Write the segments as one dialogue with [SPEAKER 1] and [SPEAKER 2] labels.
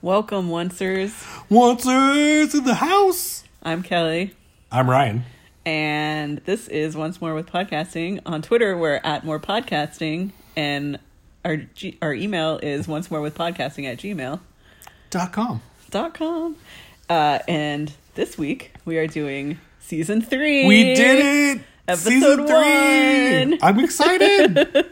[SPEAKER 1] Welcome, Oncers.
[SPEAKER 2] Walters in the house.
[SPEAKER 1] I'm Kelly,
[SPEAKER 2] I'm Ryan.
[SPEAKER 1] and this is Once More with Podcasting. On Twitter, we're at More Podcasting, and our, G- our email is Once More with Podcasting at gmail.com.
[SPEAKER 2] Dot com.
[SPEAKER 1] Uh, and this week, we are doing season three.
[SPEAKER 2] We did it.
[SPEAKER 1] Episode
[SPEAKER 2] Season three.
[SPEAKER 1] one.
[SPEAKER 2] I'm excited.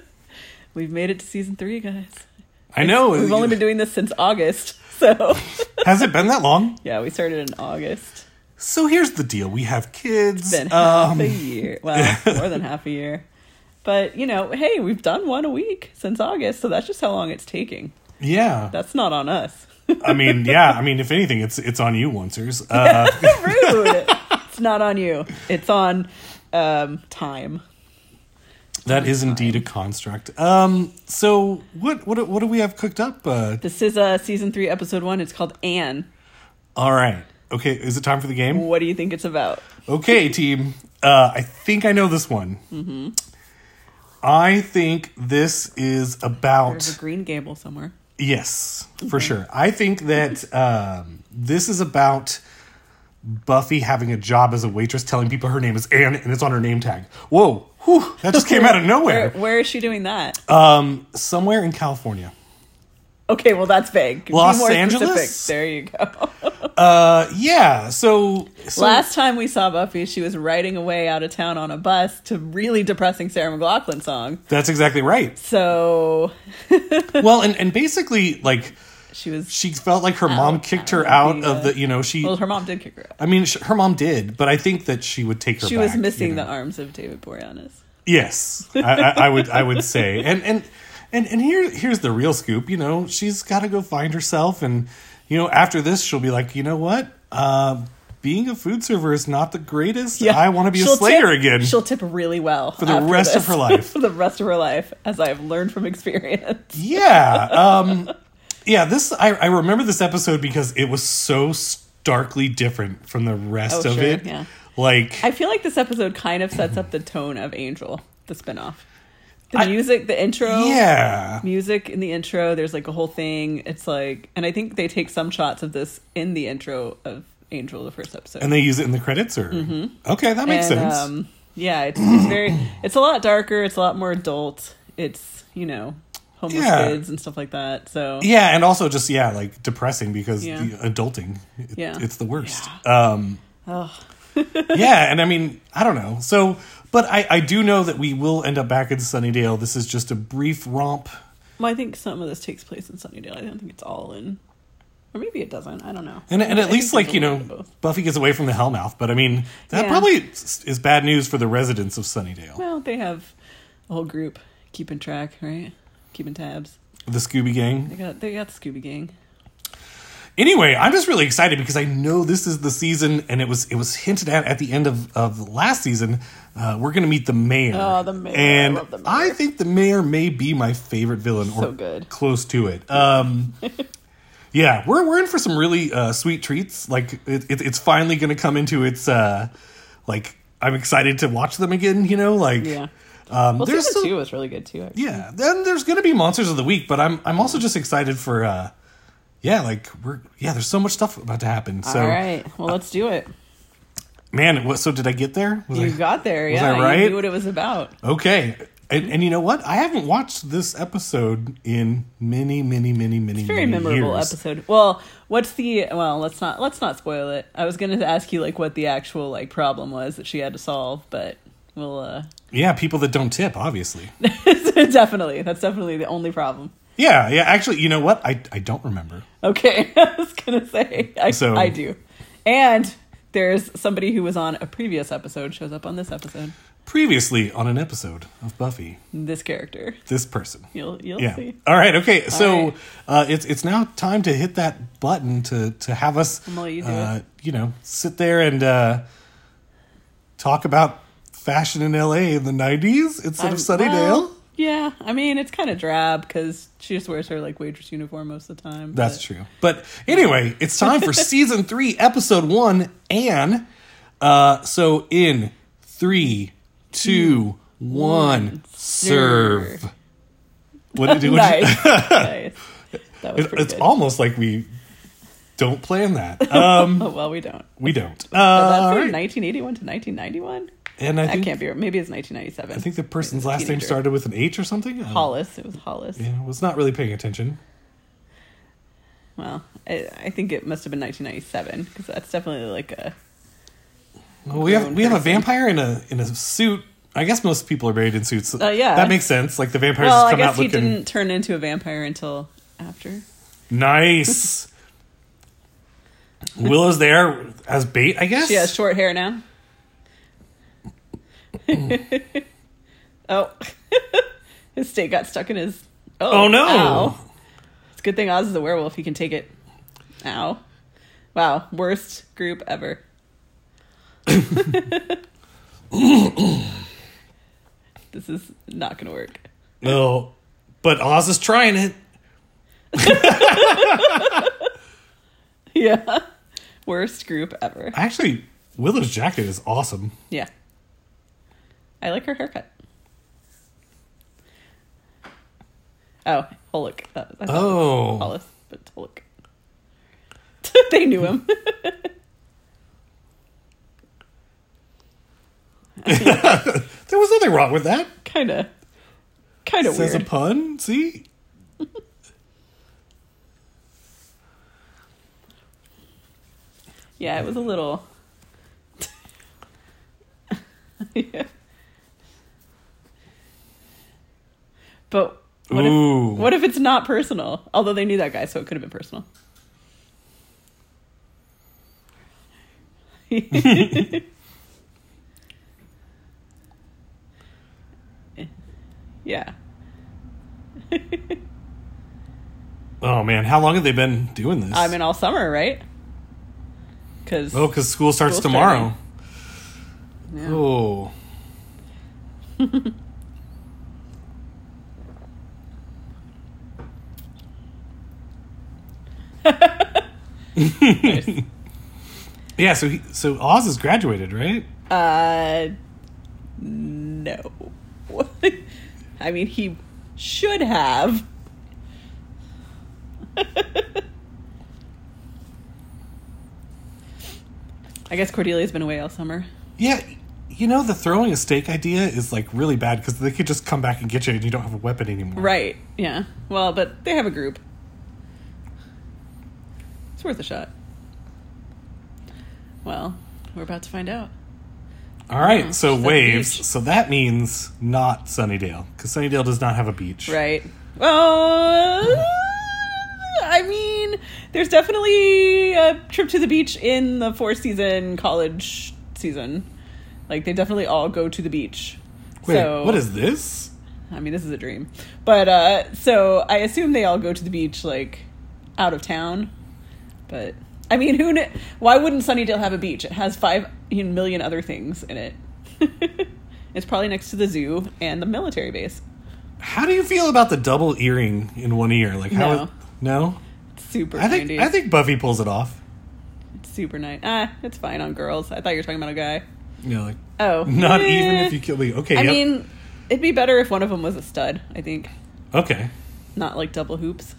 [SPEAKER 1] We've made it to season three, guys.
[SPEAKER 2] I know.
[SPEAKER 1] We've only been doing this since August, so
[SPEAKER 2] Has it been that long?
[SPEAKER 1] yeah, we started in August.
[SPEAKER 2] So here's the deal. We have kids.
[SPEAKER 1] been half
[SPEAKER 2] um,
[SPEAKER 1] a year. Well, more than half a year. But you know, hey, we've done one a week since August, so that's just how long it's taking.
[SPEAKER 2] yeah.
[SPEAKER 1] That's not on us.
[SPEAKER 2] I mean, yeah. I mean, if anything, it's it's on you, Walters. Uh,
[SPEAKER 1] Rude. it's not on you. It's on um, time.
[SPEAKER 2] that is indeed a construct. Um. So what what what do we have cooked up? Uh,
[SPEAKER 1] This is uh, season three, episode one. It's called Anne.
[SPEAKER 2] all right. Okay. Is it time for the game?
[SPEAKER 1] What do you think it's about?
[SPEAKER 2] Okay, team. Uh, I think I know this one. Mm-hmm. I think this is
[SPEAKER 1] There's
[SPEAKER 2] about
[SPEAKER 1] a Green Gable somewhere.
[SPEAKER 2] yes, for sure. I think that um, this is about Buffy having a job as a waitress, telling people her name is Anne, and it's on her name tag. Whoa, whew, that just came out of
[SPEAKER 1] Where,
[SPEAKER 2] nowhere.
[SPEAKER 1] where is she doing that?
[SPEAKER 2] Um, somewhere in California.
[SPEAKER 1] Okay, well that's vague. Be
[SPEAKER 2] Los
[SPEAKER 1] more
[SPEAKER 2] Angeles?
[SPEAKER 1] specific. There you go.
[SPEAKER 2] Uh, yeah. So, so
[SPEAKER 1] Last time we saw Buffy, she was riding away out of town on a bus to really depressing Sarah McLaughlin song.
[SPEAKER 2] that's exactly right.
[SPEAKER 1] So
[SPEAKER 2] well, and and basically, like
[SPEAKER 1] she was.
[SPEAKER 2] she felt like her mom kicked her out of the, you know, she
[SPEAKER 1] Well, her mom did kick her out.
[SPEAKER 2] I mean, sh- her mom did, but I think that she would take her.
[SPEAKER 1] She
[SPEAKER 2] back,
[SPEAKER 1] was missing
[SPEAKER 2] you know?
[SPEAKER 1] the arms of David Boreanaz.
[SPEAKER 2] Yes, I, I, I would. I would say, and and and and here here's the real scoop. You know, she's got to go find herself, and you know, after this, she'll be like, you know what, uh, being a food server is not the greatest. I want to be a
[SPEAKER 1] She'll
[SPEAKER 2] slayer
[SPEAKER 1] tip-
[SPEAKER 2] again.
[SPEAKER 1] She'll tip really well for
[SPEAKER 2] the rest of her life.
[SPEAKER 1] for the rest of her life, as I have learned from experience.
[SPEAKER 2] Yeah. Um, yeah, this I, I remember this episode because it was so starkly different from the rest
[SPEAKER 1] Oh,
[SPEAKER 2] of
[SPEAKER 1] sure,
[SPEAKER 2] it.
[SPEAKER 1] yeah.
[SPEAKER 2] Like
[SPEAKER 1] I feel like this episode kind of sets up the tone of Angel, the spinoff. The
[SPEAKER 2] I-
[SPEAKER 1] music, the intro,
[SPEAKER 2] yeah.
[SPEAKER 1] music in the intro. There's like a whole thing. It's like, and I think they take some shots of this in the intro of Angel, the first episode.
[SPEAKER 2] And they use it in the credits or Okay, that makes
[SPEAKER 1] Mm-hmm. and,
[SPEAKER 2] sense.
[SPEAKER 1] Um, yeah, it's, it's very. It's a lot darker. It's a lot more adult. It's you know homeless
[SPEAKER 2] Yeah.
[SPEAKER 1] kids and stuff like that. So
[SPEAKER 2] Yeah, and also just yeah, like depressing because
[SPEAKER 1] Yeah.
[SPEAKER 2] the adulting, it-
[SPEAKER 1] Yeah.
[SPEAKER 2] it's the worst. Um, yeah, and I mean, I don't know. So, but I I do know that we will end up back in Sunnydale. This is just a brief romp.
[SPEAKER 1] well, I think some of this takes place in Sunnydale. I don't think it's all in, or maybe it doesn't. I don't know.
[SPEAKER 2] And, and
[SPEAKER 1] I
[SPEAKER 2] at
[SPEAKER 1] think
[SPEAKER 2] least, like,
[SPEAKER 1] there's a
[SPEAKER 2] you
[SPEAKER 1] little
[SPEAKER 2] know,
[SPEAKER 1] bit of both.
[SPEAKER 2] Buffy gets away from the Hellmouth, but I mean, that
[SPEAKER 1] Yeah.
[SPEAKER 2] probably is is bad news for the residents of Sunnydale.
[SPEAKER 1] well, they have a whole group keeping track, right? Keeping tabs.
[SPEAKER 2] The Scooby Gang.
[SPEAKER 1] They got they got the Scooby Gang.
[SPEAKER 2] Anyway, I'm just really excited because I know this is the season, and it was it was hinted at at the end of of last season. Uh, we're gonna meet the mayor.
[SPEAKER 1] Oh, the mayor. I
[SPEAKER 2] And I,
[SPEAKER 1] love the mayor.
[SPEAKER 2] think the mayor may be my favorite villain, or
[SPEAKER 1] So good.
[SPEAKER 2] close to it. Um, yeah, we're we're in for some really uh, sweet treats. Like it, it, it's finally gonna come into its uh, like I'm excited to watch them again. You know, like
[SPEAKER 1] Yeah.
[SPEAKER 2] Um,
[SPEAKER 1] Well,
[SPEAKER 2] there's
[SPEAKER 1] season
[SPEAKER 2] some-
[SPEAKER 1] two was really good too. Actually.
[SPEAKER 2] yeah, then there's gonna be monsters of the week, but I'm I'm also just excited for uh yeah, like we're yeah, there's so much stuff about to happen. So
[SPEAKER 1] all right. Well, let's do it.
[SPEAKER 2] man, what so did I get there? Was
[SPEAKER 1] You
[SPEAKER 2] I,
[SPEAKER 1] got there.
[SPEAKER 2] was
[SPEAKER 1] yeah,
[SPEAKER 2] I
[SPEAKER 1] you
[SPEAKER 2] right?
[SPEAKER 1] knew what it was about.
[SPEAKER 2] okay. And, and you know what? I haven't watched this episode in many, many, many, many,
[SPEAKER 1] very
[SPEAKER 2] many
[SPEAKER 1] memorable
[SPEAKER 2] years.
[SPEAKER 1] episode. Well, what's the well? Let's not let's not spoil it. I was going to ask you like what the actual like problem was that she had to solve, but we'll uh
[SPEAKER 2] Yeah, people that don't tip, obviously.
[SPEAKER 1] definitely that's definitely the only problem.
[SPEAKER 2] yeah, yeah. Actually, you know what? I I don't remember.
[SPEAKER 1] Okay, I was going to say I,
[SPEAKER 2] So-
[SPEAKER 1] I do, and there's somebody who was on a previous episode shows up on this episode.
[SPEAKER 2] Previously on an episode of Buffy,
[SPEAKER 1] This character,
[SPEAKER 2] this person.
[SPEAKER 1] you'll you'll
[SPEAKER 2] Yeah.
[SPEAKER 1] see.
[SPEAKER 2] All right. Okay. So
[SPEAKER 1] right.
[SPEAKER 2] Uh, it's it's now time to hit that button to to have us,
[SPEAKER 1] I'm gonna let you do
[SPEAKER 2] uh, you know, sit there and uh, talk about fashion in L.A. in the '90s instead of
[SPEAKER 1] I'm- Um, well,
[SPEAKER 2] Sunnydale.
[SPEAKER 1] yeah, I mean it's kind of drab because she just wears her like waitress uniform most of the time.
[SPEAKER 2] That's true. But anyway, it's time for season three, episode one, and uh, so in three,
[SPEAKER 1] Mm.
[SPEAKER 2] two, one, serve. What did you?
[SPEAKER 1] nice. nice. That was
[SPEAKER 2] It,
[SPEAKER 1] pretty
[SPEAKER 2] it's
[SPEAKER 1] good.
[SPEAKER 2] almost like we don't plan that. Um,
[SPEAKER 1] Oh well, we don't.
[SPEAKER 2] we don't.
[SPEAKER 1] So
[SPEAKER 2] Uh,
[SPEAKER 1] Oh, that's
[SPEAKER 2] all
[SPEAKER 1] from
[SPEAKER 2] right.
[SPEAKER 1] 1981 to 1991.
[SPEAKER 2] And I
[SPEAKER 1] That
[SPEAKER 2] think
[SPEAKER 1] can't be. right. Maybe it's 1997.
[SPEAKER 2] I think the person's last name
[SPEAKER 1] teenager.
[SPEAKER 2] started with an H or something. I
[SPEAKER 1] Hollis. It was Hollis.
[SPEAKER 2] yeah, was not really paying attention.
[SPEAKER 1] Well, I, I think it must have been 1997 because that's definitely like a
[SPEAKER 2] Well, we have
[SPEAKER 1] Grown
[SPEAKER 2] we have a
[SPEAKER 1] person.
[SPEAKER 2] vampire in a in a suit. I guess most people are buried in suits.
[SPEAKER 1] Uh, yeah.
[SPEAKER 2] that makes sense. Like the vampires
[SPEAKER 1] Well,
[SPEAKER 2] just
[SPEAKER 1] I
[SPEAKER 2] come
[SPEAKER 1] guess
[SPEAKER 2] out
[SPEAKER 1] he
[SPEAKER 2] looking
[SPEAKER 1] didn't turn into a vampire until after.
[SPEAKER 2] nice. Willow's there as bait, I guess.
[SPEAKER 1] She has short hair now.
[SPEAKER 2] Mm.
[SPEAKER 1] oh, his stake got stuck in his. Oh,
[SPEAKER 2] Oh, no.
[SPEAKER 1] ow. It's a good thing Oz is a werewolf. He can take it. Ow! Wow, worst group ever. this is not gonna work.
[SPEAKER 2] No, but Oz is trying it.
[SPEAKER 1] Yeah, worst group ever.
[SPEAKER 2] Actually, Willow's jacket is awesome.
[SPEAKER 1] Yeah, I like her haircut. Oh, Holic. That, I thought it was
[SPEAKER 2] Oh,
[SPEAKER 1] Hollis, but Tulloch. they knew him.
[SPEAKER 2] there was nothing wrong with that.
[SPEAKER 1] kind of. Kind of
[SPEAKER 2] Says
[SPEAKER 1] weird.
[SPEAKER 2] a pun. See.
[SPEAKER 1] yeah, it was a little. yeah. But what if,
[SPEAKER 2] Ooh.
[SPEAKER 1] what if it's not personal? Although they knew that guy, so it could have been personal. yeah.
[SPEAKER 2] oh man, how long have they been doing this?
[SPEAKER 1] I mean, all summer, right? Because
[SPEAKER 2] Oh, because school starts
[SPEAKER 1] School's
[SPEAKER 2] tomorrow.
[SPEAKER 1] Yeah.
[SPEAKER 2] Oh. yeah, so he, so Oz has graduated, right?
[SPEAKER 1] uh, no. I mean, he should have. I guess Cordelia's been away all summer.
[SPEAKER 2] Yeah, you know the throwing a stake idea is like really bad because they could just come back and get you, and you don't have a weapon anymore.
[SPEAKER 1] Right. Yeah. Well, but they have a group. It's worth a shot. Well, we're about to find out.
[SPEAKER 2] All right,
[SPEAKER 1] Yeah,
[SPEAKER 2] so
[SPEAKER 1] it's a
[SPEAKER 2] waves.
[SPEAKER 1] beach.
[SPEAKER 2] So that means not Sunnydale because Sunnydale does not have a beach.
[SPEAKER 1] Right. Well, I mean, there's definitely a trip to the beach in the four season college season. Like they definitely all go to the beach.
[SPEAKER 2] Wait,
[SPEAKER 1] so
[SPEAKER 2] what is this?
[SPEAKER 1] I mean, this is a dream. But uh so I assume they all go to the beach like out of town. But I mean, who kn- why wouldn't Sunnydale have a beach? It has 5 million other things in it. it's probably next to the zoo and the military base.
[SPEAKER 2] How do you feel about the double earring in one ear? Like how?
[SPEAKER 1] No.
[SPEAKER 2] no?
[SPEAKER 1] Super
[SPEAKER 2] I think
[SPEAKER 1] 90s.
[SPEAKER 2] I think Buffy pulls it off.
[SPEAKER 1] super nice. Ah, it's fine on girls. I thought you were talking about a guy.
[SPEAKER 2] You know, like
[SPEAKER 1] Oh,
[SPEAKER 2] not
[SPEAKER 1] eh.
[SPEAKER 2] even if you kill me. Okay,
[SPEAKER 1] I
[SPEAKER 2] yep.
[SPEAKER 1] mean, it'd be better if one of them was a stud. I think
[SPEAKER 2] okay.
[SPEAKER 1] not like double hoops.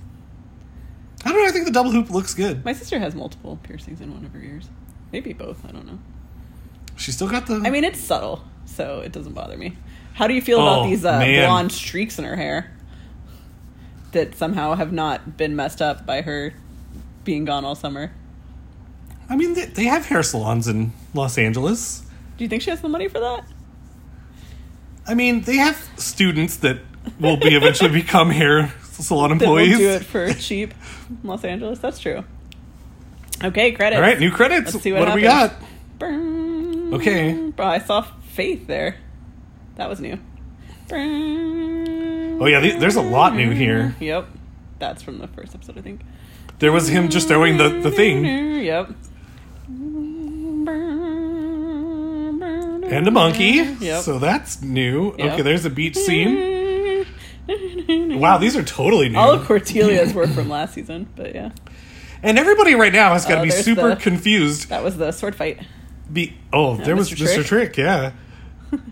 [SPEAKER 2] I don't know. I think the double hoop looks good.
[SPEAKER 1] My sister has multiple piercings in one of her ears, maybe both. I don't know.
[SPEAKER 2] She still got the.
[SPEAKER 1] I mean, it's subtle, so it doesn't bother me. How do you feel about
[SPEAKER 2] Oh,
[SPEAKER 1] these uh,
[SPEAKER 2] man.
[SPEAKER 1] blonde streaks in her hair that somehow have not been messed up by her being gone all summer?
[SPEAKER 2] I mean, they, they have hair salons in Los Angeles.
[SPEAKER 1] Do you think she has the money for that?
[SPEAKER 2] I mean, they have students that will be eventually become hair salon
[SPEAKER 1] That will
[SPEAKER 2] employees.
[SPEAKER 1] do it for cheap, in Los Angeles. That's true. Okay, credits.
[SPEAKER 2] All right, new credits.
[SPEAKER 1] Let's see what
[SPEAKER 2] do we got?
[SPEAKER 1] happens. Brrrr.
[SPEAKER 2] Okay.
[SPEAKER 1] Bro, I saw Faith there. That was new. Brrrr.
[SPEAKER 2] Oh yeah, the- there's a lot new here.
[SPEAKER 1] Yep. That's from the first episode, I think.
[SPEAKER 2] There was him just throwing the, the thing
[SPEAKER 1] Yep.
[SPEAKER 2] and a monkey.
[SPEAKER 1] Yep.
[SPEAKER 2] So that's new.
[SPEAKER 1] Yep.
[SPEAKER 2] Okay, there's a beach scene. Wow, these are totally new.
[SPEAKER 1] All of Cortelia's were from last season, but yeah.
[SPEAKER 2] and everybody right now has got to
[SPEAKER 1] Oh,
[SPEAKER 2] be
[SPEAKER 1] there's
[SPEAKER 2] super
[SPEAKER 1] the-
[SPEAKER 2] confused.
[SPEAKER 1] That was the sword fight.
[SPEAKER 2] Be oh, there was
[SPEAKER 1] Mr.
[SPEAKER 2] Mr. Trick. yeah.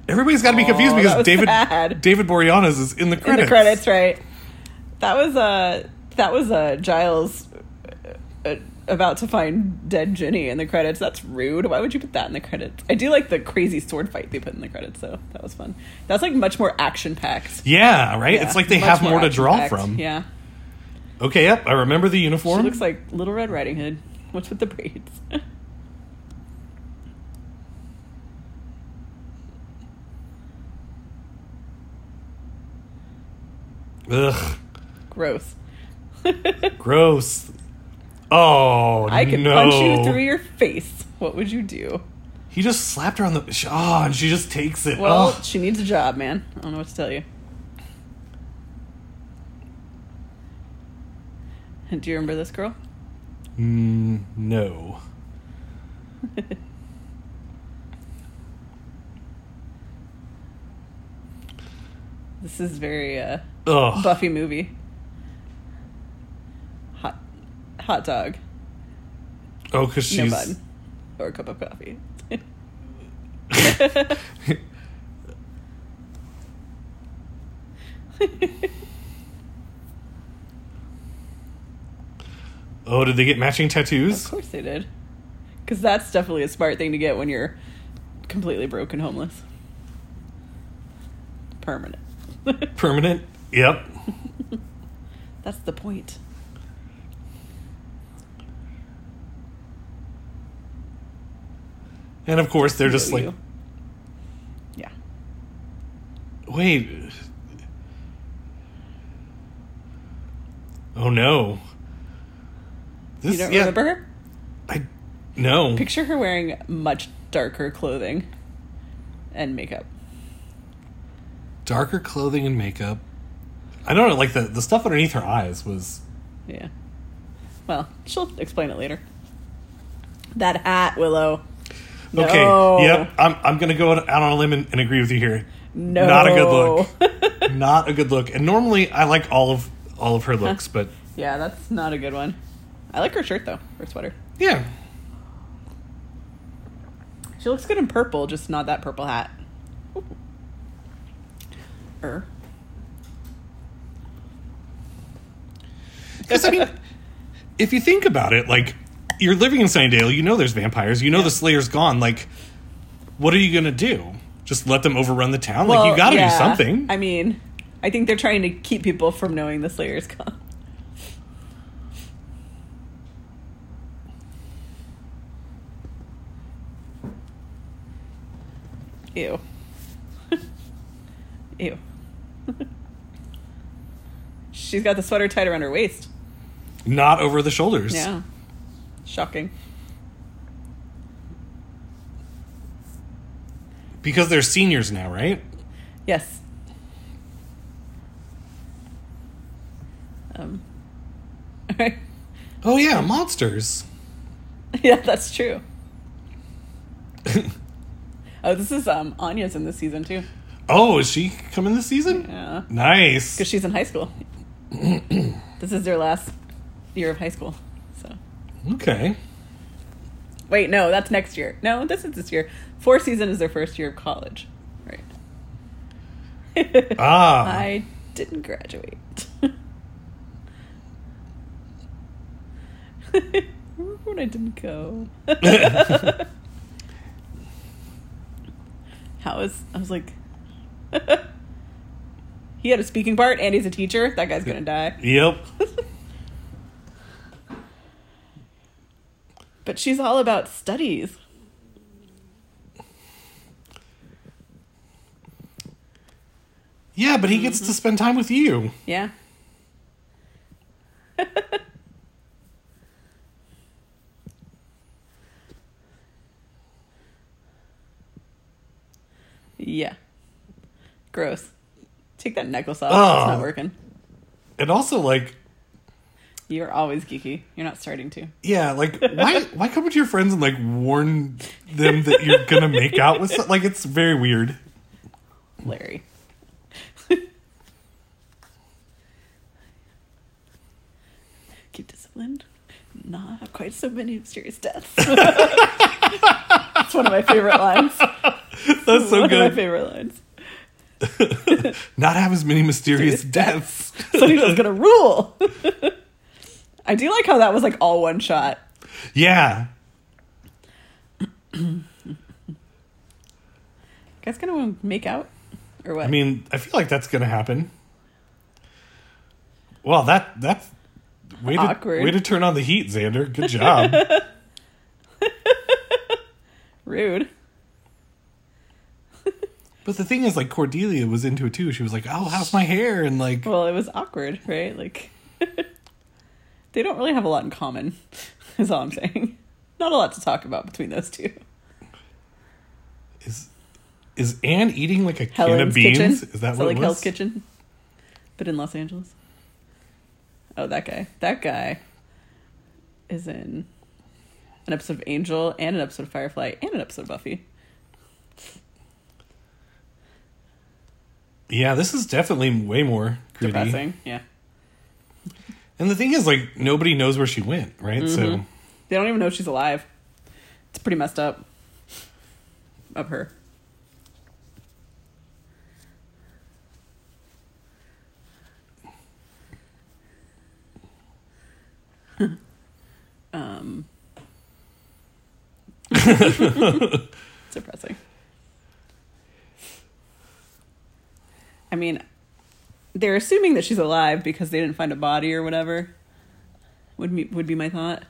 [SPEAKER 2] Everybody's got to be confused
[SPEAKER 1] Oh, that
[SPEAKER 2] because
[SPEAKER 1] was
[SPEAKER 2] David
[SPEAKER 1] sad.
[SPEAKER 2] David Boreanaz is in the
[SPEAKER 1] In
[SPEAKER 2] credits.
[SPEAKER 1] the credits, right? That was uh that was uh Giles uh, about to find dead Ginny in the credits. That's rude. Why would you put that in the credits? I do like the crazy sword fight they put in the credits, though. That was fun. That's like much more action packed.
[SPEAKER 2] Yeah, right? it's like they have more, to draw from.
[SPEAKER 1] Yeah.
[SPEAKER 2] Okay, yep, I remember the
[SPEAKER 1] She
[SPEAKER 2] uniform.
[SPEAKER 1] looks like Little Red Riding Hood. What's with the braids?
[SPEAKER 2] Ugh,
[SPEAKER 1] Gross.
[SPEAKER 2] gross. Oh,
[SPEAKER 1] I could
[SPEAKER 2] no.
[SPEAKER 1] punch you through your face. What would you do?
[SPEAKER 2] He just slapped her on the. She, oh, and she just takes it.
[SPEAKER 1] Well,
[SPEAKER 2] Ugh.
[SPEAKER 1] she needs a job, man. I don't know what to tell you. And do you remember this girl?
[SPEAKER 2] Mm, no.
[SPEAKER 1] This is very uh,
[SPEAKER 2] Ugh.
[SPEAKER 1] Buffy movie. Hot, hot dog,
[SPEAKER 2] oh, because
[SPEAKER 1] no
[SPEAKER 2] she's.
[SPEAKER 1] bun, or a cup of coffee.
[SPEAKER 2] oh, did they get matching
[SPEAKER 1] Of
[SPEAKER 2] tattoos?
[SPEAKER 1] course they did, because that's definitely a smart thing to get when you're completely broke and homeless, permanent.
[SPEAKER 2] Permanent? Yep.
[SPEAKER 1] That's the point.
[SPEAKER 2] And of course, they're just
[SPEAKER 1] Know
[SPEAKER 2] like,
[SPEAKER 1] you. yeah.
[SPEAKER 2] wait. Oh, no. This,
[SPEAKER 1] you don't
[SPEAKER 2] yeah, Mm-hmm.
[SPEAKER 1] remember her?
[SPEAKER 2] I, no.
[SPEAKER 1] Picture her wearing much darker clothing and makeup.
[SPEAKER 2] Darker clothing and makeup. I don't know, like the, the stuff underneath her eyes was.
[SPEAKER 1] Yeah. Well, she'll explain it later. That hat, Willow.
[SPEAKER 2] Okay,
[SPEAKER 1] No.
[SPEAKER 2] yep. I'm, I'm going to go out on a limb and, and agree with you here.
[SPEAKER 1] No.
[SPEAKER 2] Not a good look. Not a good look. And normally I like all of all of her looks, but
[SPEAKER 1] yeah, that's not a good one. I like her shirt though, her sweater.
[SPEAKER 2] yeah.
[SPEAKER 1] She looks good in purple, just not that purple hat. Er.
[SPEAKER 2] Yes, I mean, if you think about it, like you're living in Sunnydale, you know there's vampires, you know the Slayer's gone. Like, what are you gonna do? Just let them overrun the town? like you
[SPEAKER 1] Well,
[SPEAKER 2] got to do
[SPEAKER 1] yeah.
[SPEAKER 2] something.
[SPEAKER 1] I mean, I think they're trying to keep people from knowing the Slayer's gone. Ew. Ew. She's got the sweater tight around her waist.
[SPEAKER 2] Not over the shoulders.
[SPEAKER 1] Yeah. Shocking.
[SPEAKER 2] Because they're seniors now, right?
[SPEAKER 1] Yes. Um. All right.
[SPEAKER 2] Oh yeah, monsters.
[SPEAKER 1] Yeah, that's true. oh, this is um Anya's in this season too.
[SPEAKER 2] Oh, is she coming this season?
[SPEAKER 1] Yeah,
[SPEAKER 2] Nice.
[SPEAKER 1] because she's in high school. this is their last year of high school. So
[SPEAKER 2] okay.
[SPEAKER 1] wait, no, that's next year. No, this is this year. Four season is their first year of college. Right.
[SPEAKER 2] Ah.
[SPEAKER 1] I didn't graduate. Remember when I didn't go? How is I was like He had a speaking part and he's a teacher. That guy's gonna die.
[SPEAKER 2] Yep.
[SPEAKER 1] But she's all about studies.
[SPEAKER 2] Yeah, but he gets to spend time with you.
[SPEAKER 1] Yeah. yeah. Gross. Take that necklace off. It's
[SPEAKER 2] Ugh.
[SPEAKER 1] not working.
[SPEAKER 2] And also like
[SPEAKER 1] You're always geeky. You're not starting to.
[SPEAKER 2] Yeah, like why why come up to your friends and like warn them that you're gonna make out with some, like it's very weird.
[SPEAKER 1] Larry. Keep disciplined. Not quite so many mysterious deaths. That's one of my favorite lines.
[SPEAKER 2] That's so
[SPEAKER 1] one of my
[SPEAKER 2] good.
[SPEAKER 1] favorite lines.
[SPEAKER 2] Not have as many mysterious deaths.
[SPEAKER 1] Sunnyvale's gonna rule. I do like how that was like all one shot.
[SPEAKER 2] Yeah.
[SPEAKER 1] Guys, gonna want to make out or what?
[SPEAKER 2] I mean, I feel like that's going to happen. Well, that that's way to,
[SPEAKER 1] Awkward.
[SPEAKER 2] way to turn on the heat, Xander. Good job.
[SPEAKER 1] rude.
[SPEAKER 2] but the thing is, like Cordelia was into it too. She was like, "Oh, how's my hair?" And like,
[SPEAKER 1] Well, it was awkward, right? Like they don't really have a lot in common. Is all I'm saying. Not a lot to talk about between those two.
[SPEAKER 2] is is Anne eating like a can
[SPEAKER 1] Helen's
[SPEAKER 2] of beans?
[SPEAKER 1] Kitchen.
[SPEAKER 2] Is that what
[SPEAKER 1] like
[SPEAKER 2] it
[SPEAKER 1] Hell's
[SPEAKER 2] was?
[SPEAKER 1] Kitchen? But in Los Angeles. Oh, that guy. That guy is in an episode of Angel and an episode of Firefly and an episode of Buffy.
[SPEAKER 2] Yeah, this is definitely way more gritty.
[SPEAKER 1] Depressing. Yeah.
[SPEAKER 2] And the thing is, like, nobody knows where she went, right?
[SPEAKER 1] Mm-hmm.
[SPEAKER 2] So
[SPEAKER 1] They don't even know she's alive. It's pretty messed up. Of her. um. it's depressing. I mean, they're assuming that she's alive because they didn't find a body or whatever. Would be, would be my thought.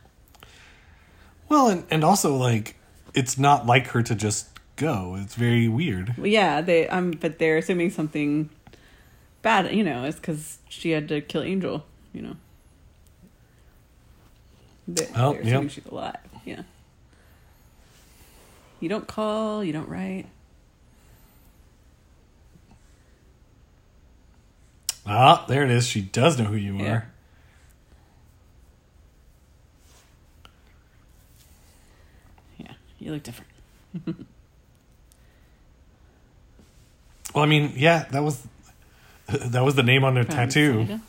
[SPEAKER 2] well, and, and also like, it's not like her to just go. It's very weird.
[SPEAKER 1] Well, yeah, they um, but they're assuming something bad. You know, it's because she had to kill Angel. You know, they,
[SPEAKER 2] Oh,
[SPEAKER 1] they're assuming
[SPEAKER 2] yeah.
[SPEAKER 1] she's alive. Yeah. You don't call. You don't write.
[SPEAKER 2] Ah, there it is. She does know who you
[SPEAKER 1] Yeah.
[SPEAKER 2] are.
[SPEAKER 1] Yeah, you look different.
[SPEAKER 2] Well, I mean, yeah, that was that was the name on her
[SPEAKER 1] From
[SPEAKER 2] tattoo.
[SPEAKER 1] Canada.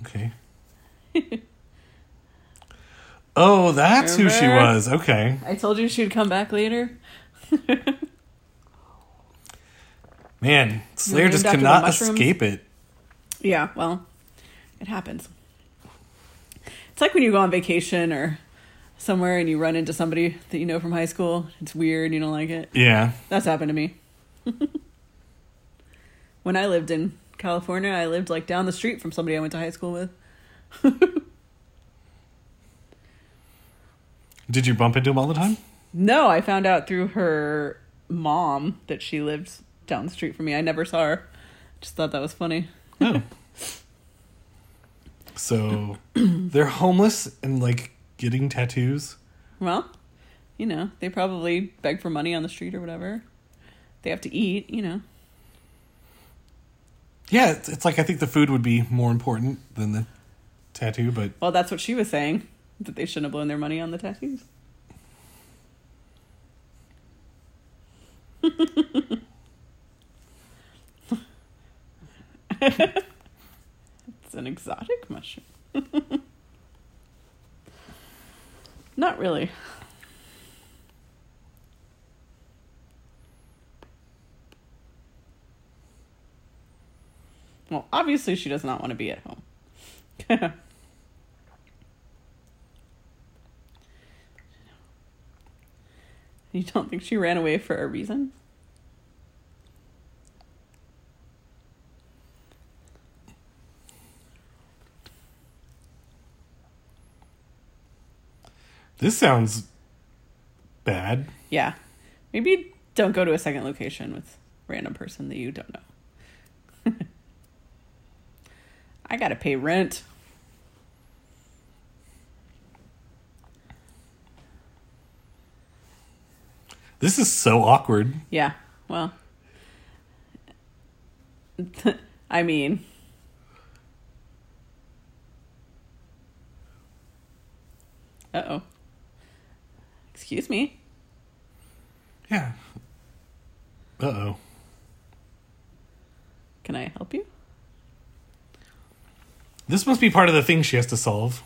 [SPEAKER 2] Okay. oh, that's who she
[SPEAKER 1] Remember?
[SPEAKER 2] was. Okay.
[SPEAKER 1] I told you she'd come back later.
[SPEAKER 2] Man, Slayer
[SPEAKER 1] named
[SPEAKER 2] just
[SPEAKER 1] after the
[SPEAKER 2] cannot
[SPEAKER 1] mushrooms?
[SPEAKER 2] escape it.
[SPEAKER 1] Yeah, well, it happens. It's like when you go on vacation or somewhere and you run into somebody that you know from high school. It's weird. You don't like it.
[SPEAKER 2] Yeah.
[SPEAKER 1] That's happened to me. when I lived in California, I lived like down the street from somebody I went to high school with.
[SPEAKER 2] Did you bump into him all the time?
[SPEAKER 1] No, I found out through her mom that she lived down the street from me. I never saw her. Just thought that was funny.
[SPEAKER 2] Oh. so they're homeless and like getting tattoos.
[SPEAKER 1] Well, you know, they probably beg for money on the street or whatever. They have to eat, you know.
[SPEAKER 2] Yeah, it's, it's like I think the food would be more important than the tattoo, but
[SPEAKER 1] Well, that's what she was saying that they shouldn't have blown their money on the tattoos. it's an exotic mushroom. Not really. Well, obviously, she does not want to be at home. You don't think she ran away for a reason?
[SPEAKER 2] this sounds bad.
[SPEAKER 1] Yeah. Maybe don't go to a second location with random person that you don't know. I gotta pay rent.
[SPEAKER 2] This is so awkward.
[SPEAKER 1] Yeah. Well. I mean. Uh oh. Excuse me.
[SPEAKER 2] Yeah. Uh oh.
[SPEAKER 1] Can I help you?
[SPEAKER 2] This must be part of the thing she has to solve.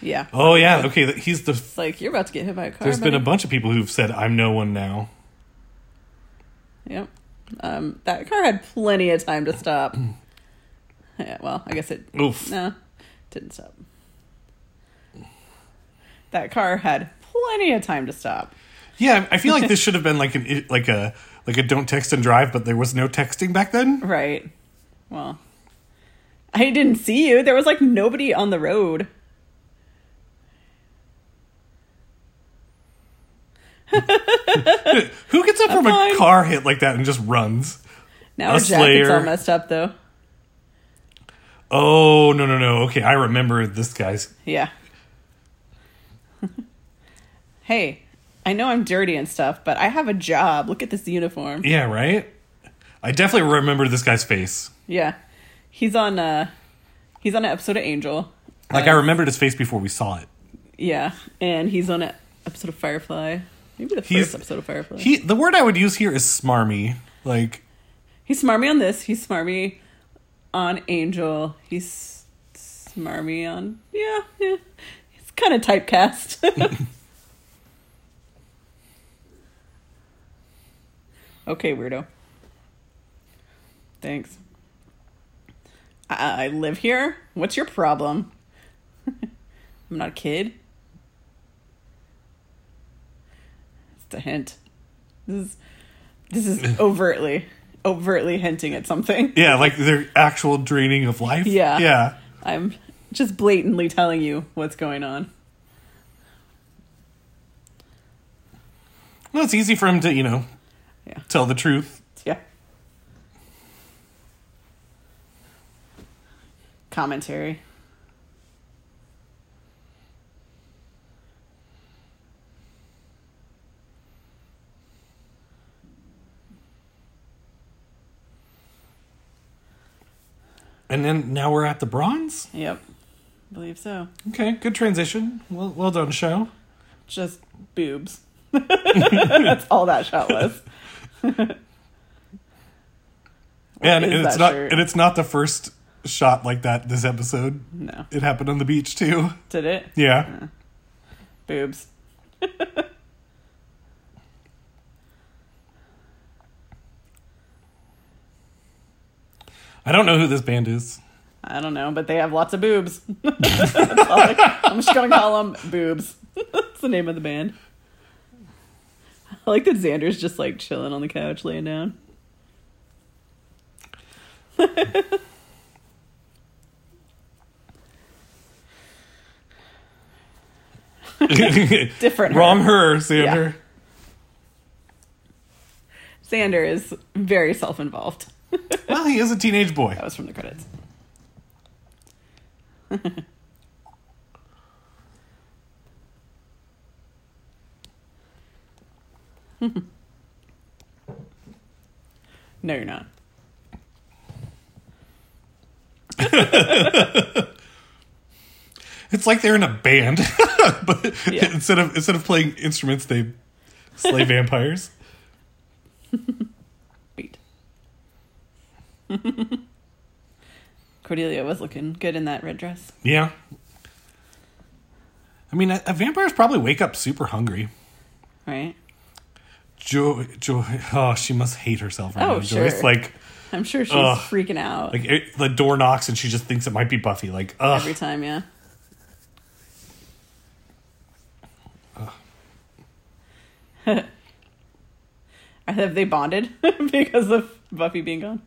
[SPEAKER 1] Yeah.
[SPEAKER 2] Oh yeah, okay. th- He's the.
[SPEAKER 1] It's like you're about to get hit by a car.
[SPEAKER 2] There's been a
[SPEAKER 1] buddy.
[SPEAKER 2] bunch of people who've said, "I'm no one now."
[SPEAKER 1] Yep. Um, that car had plenty of time to stop. Yeah, well, I guess it.
[SPEAKER 2] Oof.
[SPEAKER 1] No, didn't stop. That car had plenty of time to stop.
[SPEAKER 2] Yeah, I feel like this should have been like an like a like a don't text and drive, but there was no texting back then.
[SPEAKER 1] Right. Well, I didn't see you. There was like nobody on the road.
[SPEAKER 2] Who gets up from a
[SPEAKER 1] fine.
[SPEAKER 2] car hit like that and just runs?
[SPEAKER 1] Now
[SPEAKER 2] A
[SPEAKER 1] her jacket's
[SPEAKER 2] slayer.
[SPEAKER 1] all messed up though.
[SPEAKER 2] Oh no no no! Okay, I remember this guy's.
[SPEAKER 1] Yeah. hey, I know I'm dirty and stuff, but I have a job. Look at this uniform.
[SPEAKER 2] Yeah, right. I definitely remember this guy's face.
[SPEAKER 1] Yeah. He's on uh he's on an episode of Angel. Uh,
[SPEAKER 2] Like I remembered his face before we saw it.
[SPEAKER 1] Yeah. And he's on an episode of Firefly. Maybe the
[SPEAKER 2] He's-
[SPEAKER 1] first episode of Firefly.
[SPEAKER 2] He the word I would use here is smarmy. Like
[SPEAKER 1] he's smarmy on this, he's smarmy on Angel. He's smarmy on Yeah, yeah. He's kind of typecast. okay, weirdo. Thanks. I, I live here. What's your problem? I'm not a kid. It's a hint. This is this is overtly overtly hinting at something.
[SPEAKER 2] yeah, like their actual draining of life.
[SPEAKER 1] Yeah.
[SPEAKER 2] yeah.
[SPEAKER 1] I'm just blatantly telling you what's going on.
[SPEAKER 2] Well, it's easy for him to you know
[SPEAKER 1] Yeah.
[SPEAKER 2] tell the truth.
[SPEAKER 1] Yeah. Commentary.
[SPEAKER 2] And then now we're at the bronze.
[SPEAKER 1] Yep. Believe so.
[SPEAKER 2] Okay, good transition. Well, well done, show.
[SPEAKER 1] Just boobs. That's all that shot was.
[SPEAKER 2] And
[SPEAKER 1] is
[SPEAKER 2] it's
[SPEAKER 1] that
[SPEAKER 2] not
[SPEAKER 1] shirt?
[SPEAKER 2] and it's not the first shot like that this episode.
[SPEAKER 1] No.
[SPEAKER 2] It happened on the beach too.
[SPEAKER 1] Did it? Uh,
[SPEAKER 2] Yeah.
[SPEAKER 1] Boobs.
[SPEAKER 2] I don't know who this band is.
[SPEAKER 1] I don't know, but they have lots of boobs. That's all I- I'm just gonna call them boobs. That's the name of the band. I like that Xander's just like chilling on the couch, laying down. Different. her.
[SPEAKER 2] Wrong her, Xander.
[SPEAKER 1] Xander is very self-involved.
[SPEAKER 2] Well, he is a teenage boy.
[SPEAKER 1] That was from the credits. no, you're not.
[SPEAKER 2] It's like they're in a band, but
[SPEAKER 1] Yeah.
[SPEAKER 2] instead of instead of playing instruments, they slay vampires.
[SPEAKER 1] Beat. Cordelia was looking good in that red dress.
[SPEAKER 2] Yeah. I mean, uh, vampires probably wake up super hungry.
[SPEAKER 1] Right?
[SPEAKER 2] Joy, Joy, oh, she must hate herself right
[SPEAKER 1] Oh,
[SPEAKER 2] now. Joy's
[SPEAKER 1] sure.
[SPEAKER 2] like,
[SPEAKER 1] I'm sure she's
[SPEAKER 2] Ugh.
[SPEAKER 1] freaking out
[SPEAKER 2] Like it, the door knocks and she just thinks it might be Buffy. Like, ugh.
[SPEAKER 1] every time, yeah. Have they bonded because of Buffy being gone?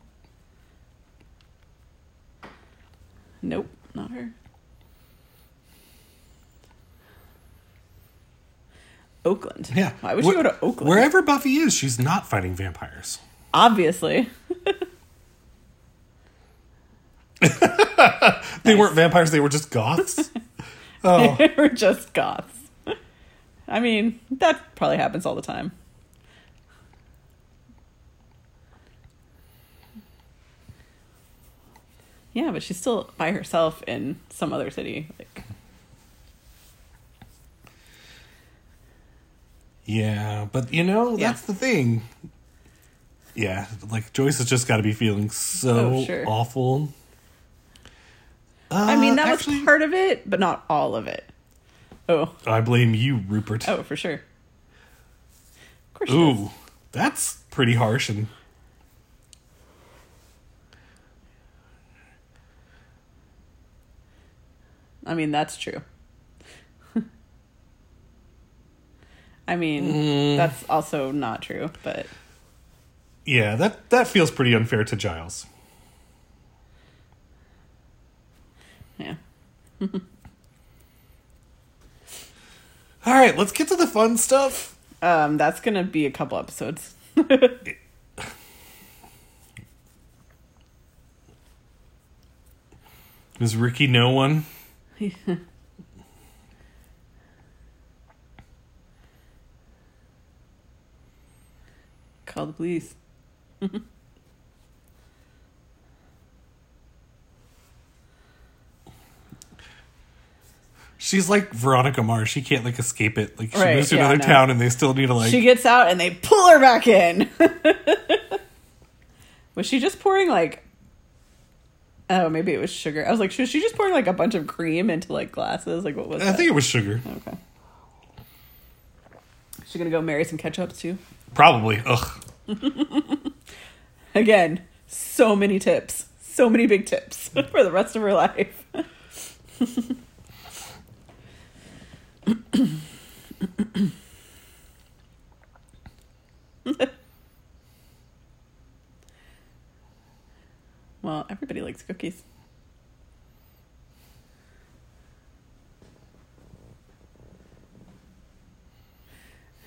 [SPEAKER 1] Nope, not her. Oakland.
[SPEAKER 2] yeah.
[SPEAKER 1] Why would
[SPEAKER 2] Where-
[SPEAKER 1] she go to Oakland?
[SPEAKER 2] Wherever Buffy is, she's not fighting vampires.
[SPEAKER 1] Obviously.
[SPEAKER 2] They weren't vampires. They were just goths. oh,
[SPEAKER 1] They were just goths. I mean, that probably happens all the time. Yeah, but she's still by herself in some other city. Like,
[SPEAKER 2] yeah. But you know,
[SPEAKER 1] Yeah.
[SPEAKER 2] that's the thing. Yeah, like Joyce has just got to be feeling so
[SPEAKER 1] Oh, sure.
[SPEAKER 2] awful.
[SPEAKER 1] I mean,
[SPEAKER 2] Uh,
[SPEAKER 1] that
[SPEAKER 2] actually,
[SPEAKER 1] was part of it, but not all of it. Oh,
[SPEAKER 2] I blame you, Rupert.
[SPEAKER 1] oh, for sure. Of course. She does.
[SPEAKER 2] Ooh, that's pretty harsh and
[SPEAKER 1] I mean, that's true. I mean, that's also not true, but
[SPEAKER 2] Yeah, that that feels pretty unfair to Giles.
[SPEAKER 1] yeah.
[SPEAKER 2] All right, let's get to the fun stuff.
[SPEAKER 1] Um, that's gonna be a couple episodes.
[SPEAKER 2] Is Ricky no one?
[SPEAKER 1] Call the police.
[SPEAKER 2] She's like Veronica Mars. She can't like escape it. Like she
[SPEAKER 1] Right,
[SPEAKER 2] moves to
[SPEAKER 1] yeah,
[SPEAKER 2] another
[SPEAKER 1] no.
[SPEAKER 2] town, and they still need to like.
[SPEAKER 1] she gets out and they pull her back in. was she just pouring like? Oh, maybe it was sugar. I was like, was she just pouring like a bunch of cream into like glasses? Like, what was?
[SPEAKER 2] I
[SPEAKER 1] that?
[SPEAKER 2] think it was sugar.
[SPEAKER 1] Okay. She's gonna go marry some ketchups too.
[SPEAKER 2] Probably. Ugh.
[SPEAKER 1] Again, so many tips, so many big tips for the rest of her life. well, everybody likes cookies.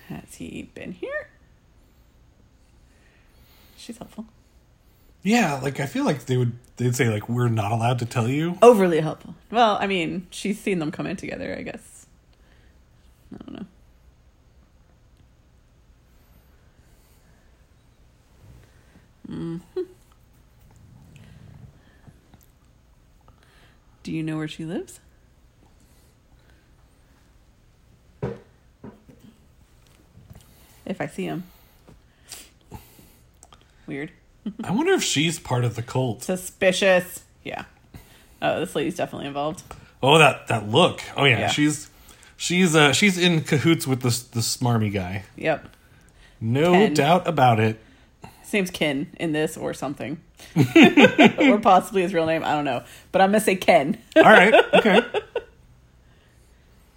[SPEAKER 1] Has he been here? She's helpful.
[SPEAKER 2] Yeah, like I feel like they would. They'd say like we're not allowed to tell you.
[SPEAKER 1] overly helpful. Well, I mean, she's seen them come in together, I guess. I don't know. Mhm. Do you know where she lives? If I see him. Weird.
[SPEAKER 2] I wonder if she's part of the cult.
[SPEAKER 1] Suspicious. Yeah. Oh, this lady's definitely involved.
[SPEAKER 2] Oh, that that look. Oh yeah,
[SPEAKER 1] Yeah.
[SPEAKER 2] she's she's uh she's in cahoots with this the smarmy guy.
[SPEAKER 1] Yep.
[SPEAKER 2] No
[SPEAKER 1] Ken.
[SPEAKER 2] doubt about it.
[SPEAKER 1] His name's Ken in this or something. or possibly his real name. I don't know. But I'm going to say Ken.
[SPEAKER 2] All right. Okay.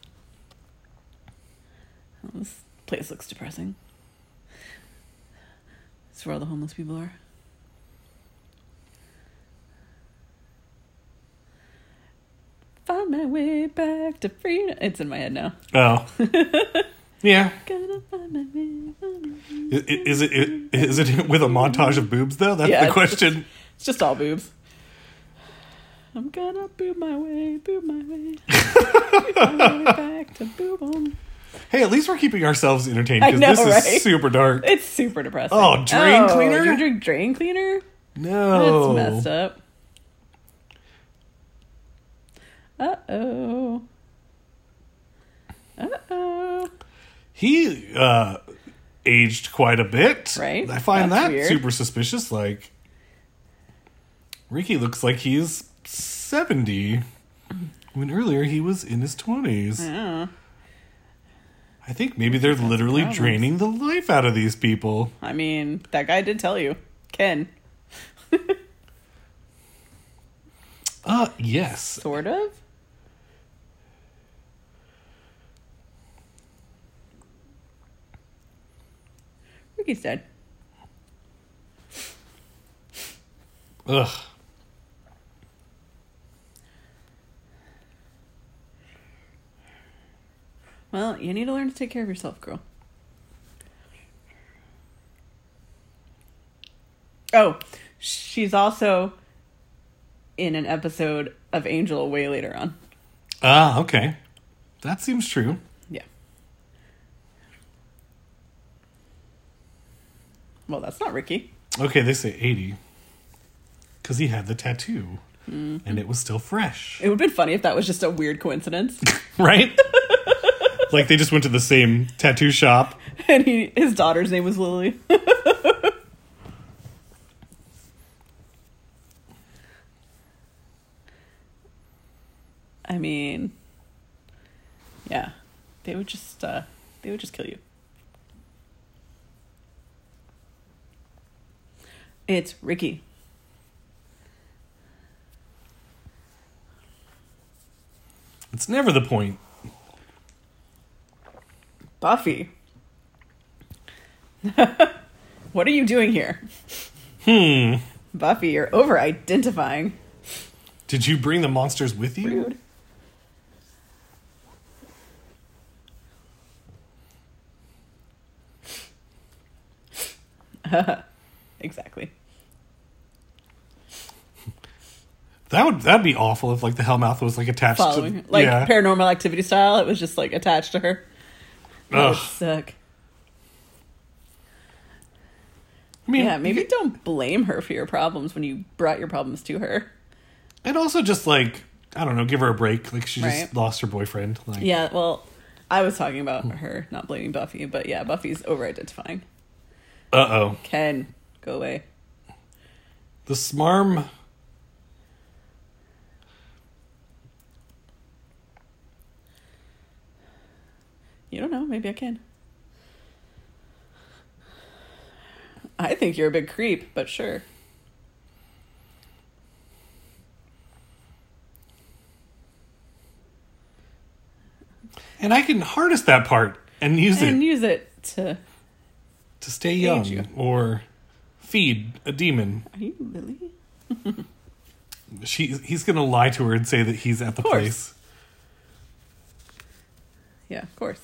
[SPEAKER 1] this place looks depressing. It's where all the homeless people are. Find my way back to freedom. It's in my head now.
[SPEAKER 2] Oh. Yeah.
[SPEAKER 1] Gonna find my way. find my way.
[SPEAKER 2] I- i- Is it, it is it with a montage of boobs though? That's
[SPEAKER 1] Yeah,
[SPEAKER 2] the
[SPEAKER 1] it's-
[SPEAKER 2] question.
[SPEAKER 1] It's just all boobs. I'm gonna boob my way, boob my way. boob my way back to boob 'em.
[SPEAKER 2] Hey, at least we're keeping ourselves entertained
[SPEAKER 1] I
[SPEAKER 2] because
[SPEAKER 1] know,
[SPEAKER 2] this
[SPEAKER 1] right?
[SPEAKER 2] is super dark.
[SPEAKER 1] It's super depressing.
[SPEAKER 2] Oh, drain cleaner? Oh.
[SPEAKER 1] You drink drain cleaner?
[SPEAKER 2] No,
[SPEAKER 1] That's messed up. Uh oh. Uh oh.
[SPEAKER 2] he uh, aged quite a bit.
[SPEAKER 1] Right?
[SPEAKER 2] I find
[SPEAKER 1] That's
[SPEAKER 2] that
[SPEAKER 1] weird.
[SPEAKER 2] super suspicious. Like, Ricky looks like he's seventy, when earlier he was in his twenties. I think maybe they're literally
[SPEAKER 1] problems.
[SPEAKER 2] draining the life out of these people.
[SPEAKER 1] I mean, that guy did tell you. Ken.
[SPEAKER 2] Uh, yes.
[SPEAKER 1] Sort of? Ricky's dead.
[SPEAKER 2] Ugh.
[SPEAKER 1] Well, you need to learn to take care of yourself, girl. Oh, she's also in an episode of Angel way later on.
[SPEAKER 2] Ah, okay. That seems true.
[SPEAKER 1] Yeah. Well, that's not Ricky.
[SPEAKER 2] Okay, they say 80. Because he had the tattoo.
[SPEAKER 1] Mm-hmm.
[SPEAKER 2] And it was still fresh.
[SPEAKER 1] It would have been funny if that was just a weird coincidence.
[SPEAKER 2] Right? like they just went to the same tattoo shop.
[SPEAKER 1] and he, his daughter's name was Lily. I mean, yeah, they would just uh, they would just kill you. It's Ricky.
[SPEAKER 2] It's never the point.
[SPEAKER 1] Buffy. what are you doing here?
[SPEAKER 2] Hmm.
[SPEAKER 1] Buffy, you're over identifying.
[SPEAKER 2] Did you bring the monsters with you?
[SPEAKER 1] Rude. exactly.
[SPEAKER 2] That would that'd be awful if like the Hellmouth was like attached
[SPEAKER 1] Following.
[SPEAKER 2] to
[SPEAKER 1] Like
[SPEAKER 2] yeah.
[SPEAKER 1] paranormal activity style, it was just like attached to her. That would
[SPEAKER 2] Ugh.
[SPEAKER 1] suck.
[SPEAKER 2] I mean,
[SPEAKER 1] Yeah, maybe don't blame her for your problems when you brought your problems to her.
[SPEAKER 2] and also just like I don't know, give her a break. Like she just
[SPEAKER 1] Right.
[SPEAKER 2] lost her boyfriend. Like
[SPEAKER 1] Yeah, well, I was talking about her not blaming Buffy, but yeah, Buffy's over identifying.
[SPEAKER 2] uh oh,
[SPEAKER 1] Ken, go away.
[SPEAKER 2] the Smarm.
[SPEAKER 1] You don't know, maybe I can. I think you're a big creep, but sure.
[SPEAKER 2] And I can harness that part and use
[SPEAKER 1] and
[SPEAKER 2] it
[SPEAKER 1] use it to.
[SPEAKER 2] to stay young
[SPEAKER 1] you.
[SPEAKER 2] or feed a demon.
[SPEAKER 1] Are you Lily?
[SPEAKER 2] She he's gonna lie to her and say that he's at the
[SPEAKER 1] course.
[SPEAKER 2] place.
[SPEAKER 1] Yeah, of course.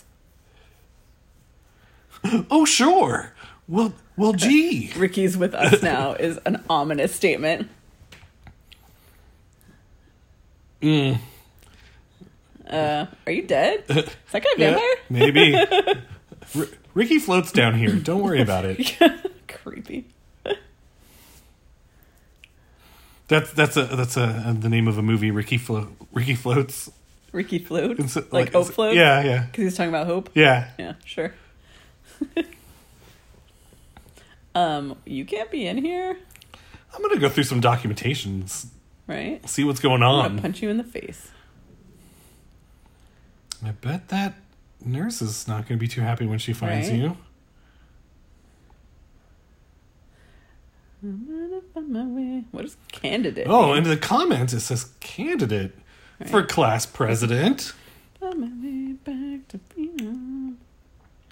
[SPEAKER 2] Oh sure. Well well gee.
[SPEAKER 1] Ricky's with us now is an ominous statement.
[SPEAKER 2] Mm.
[SPEAKER 1] Uh, are you dead? Is that guy a
[SPEAKER 2] Yeah,
[SPEAKER 1] vampire?
[SPEAKER 2] maybe. R- Ricky floats down here. Don't worry about it.
[SPEAKER 1] Creepy.
[SPEAKER 2] That's that's a that's a, the name of a movie. Ricky flo- Ricky floats.
[SPEAKER 1] Ricky float,
[SPEAKER 2] It's
[SPEAKER 1] like, Hope
[SPEAKER 2] it's-
[SPEAKER 1] float.
[SPEAKER 2] Yeah, yeah,
[SPEAKER 1] because he's talking about hope.
[SPEAKER 2] yeah.
[SPEAKER 1] Yeah, sure. um, you can't be in here,
[SPEAKER 2] I'm gonna go through some documentations,
[SPEAKER 1] right?
[SPEAKER 2] see what's going
[SPEAKER 1] I'm gonna
[SPEAKER 2] on.
[SPEAKER 1] punch you in the face.
[SPEAKER 2] I bet that nurse is not gonna be too happy when she finds
[SPEAKER 1] Right.
[SPEAKER 2] you.
[SPEAKER 1] I'm gonna find my way. What is candidate?
[SPEAKER 2] Oh, and the comment it says candidate for class president.
[SPEAKER 1] Find my way back to freedom.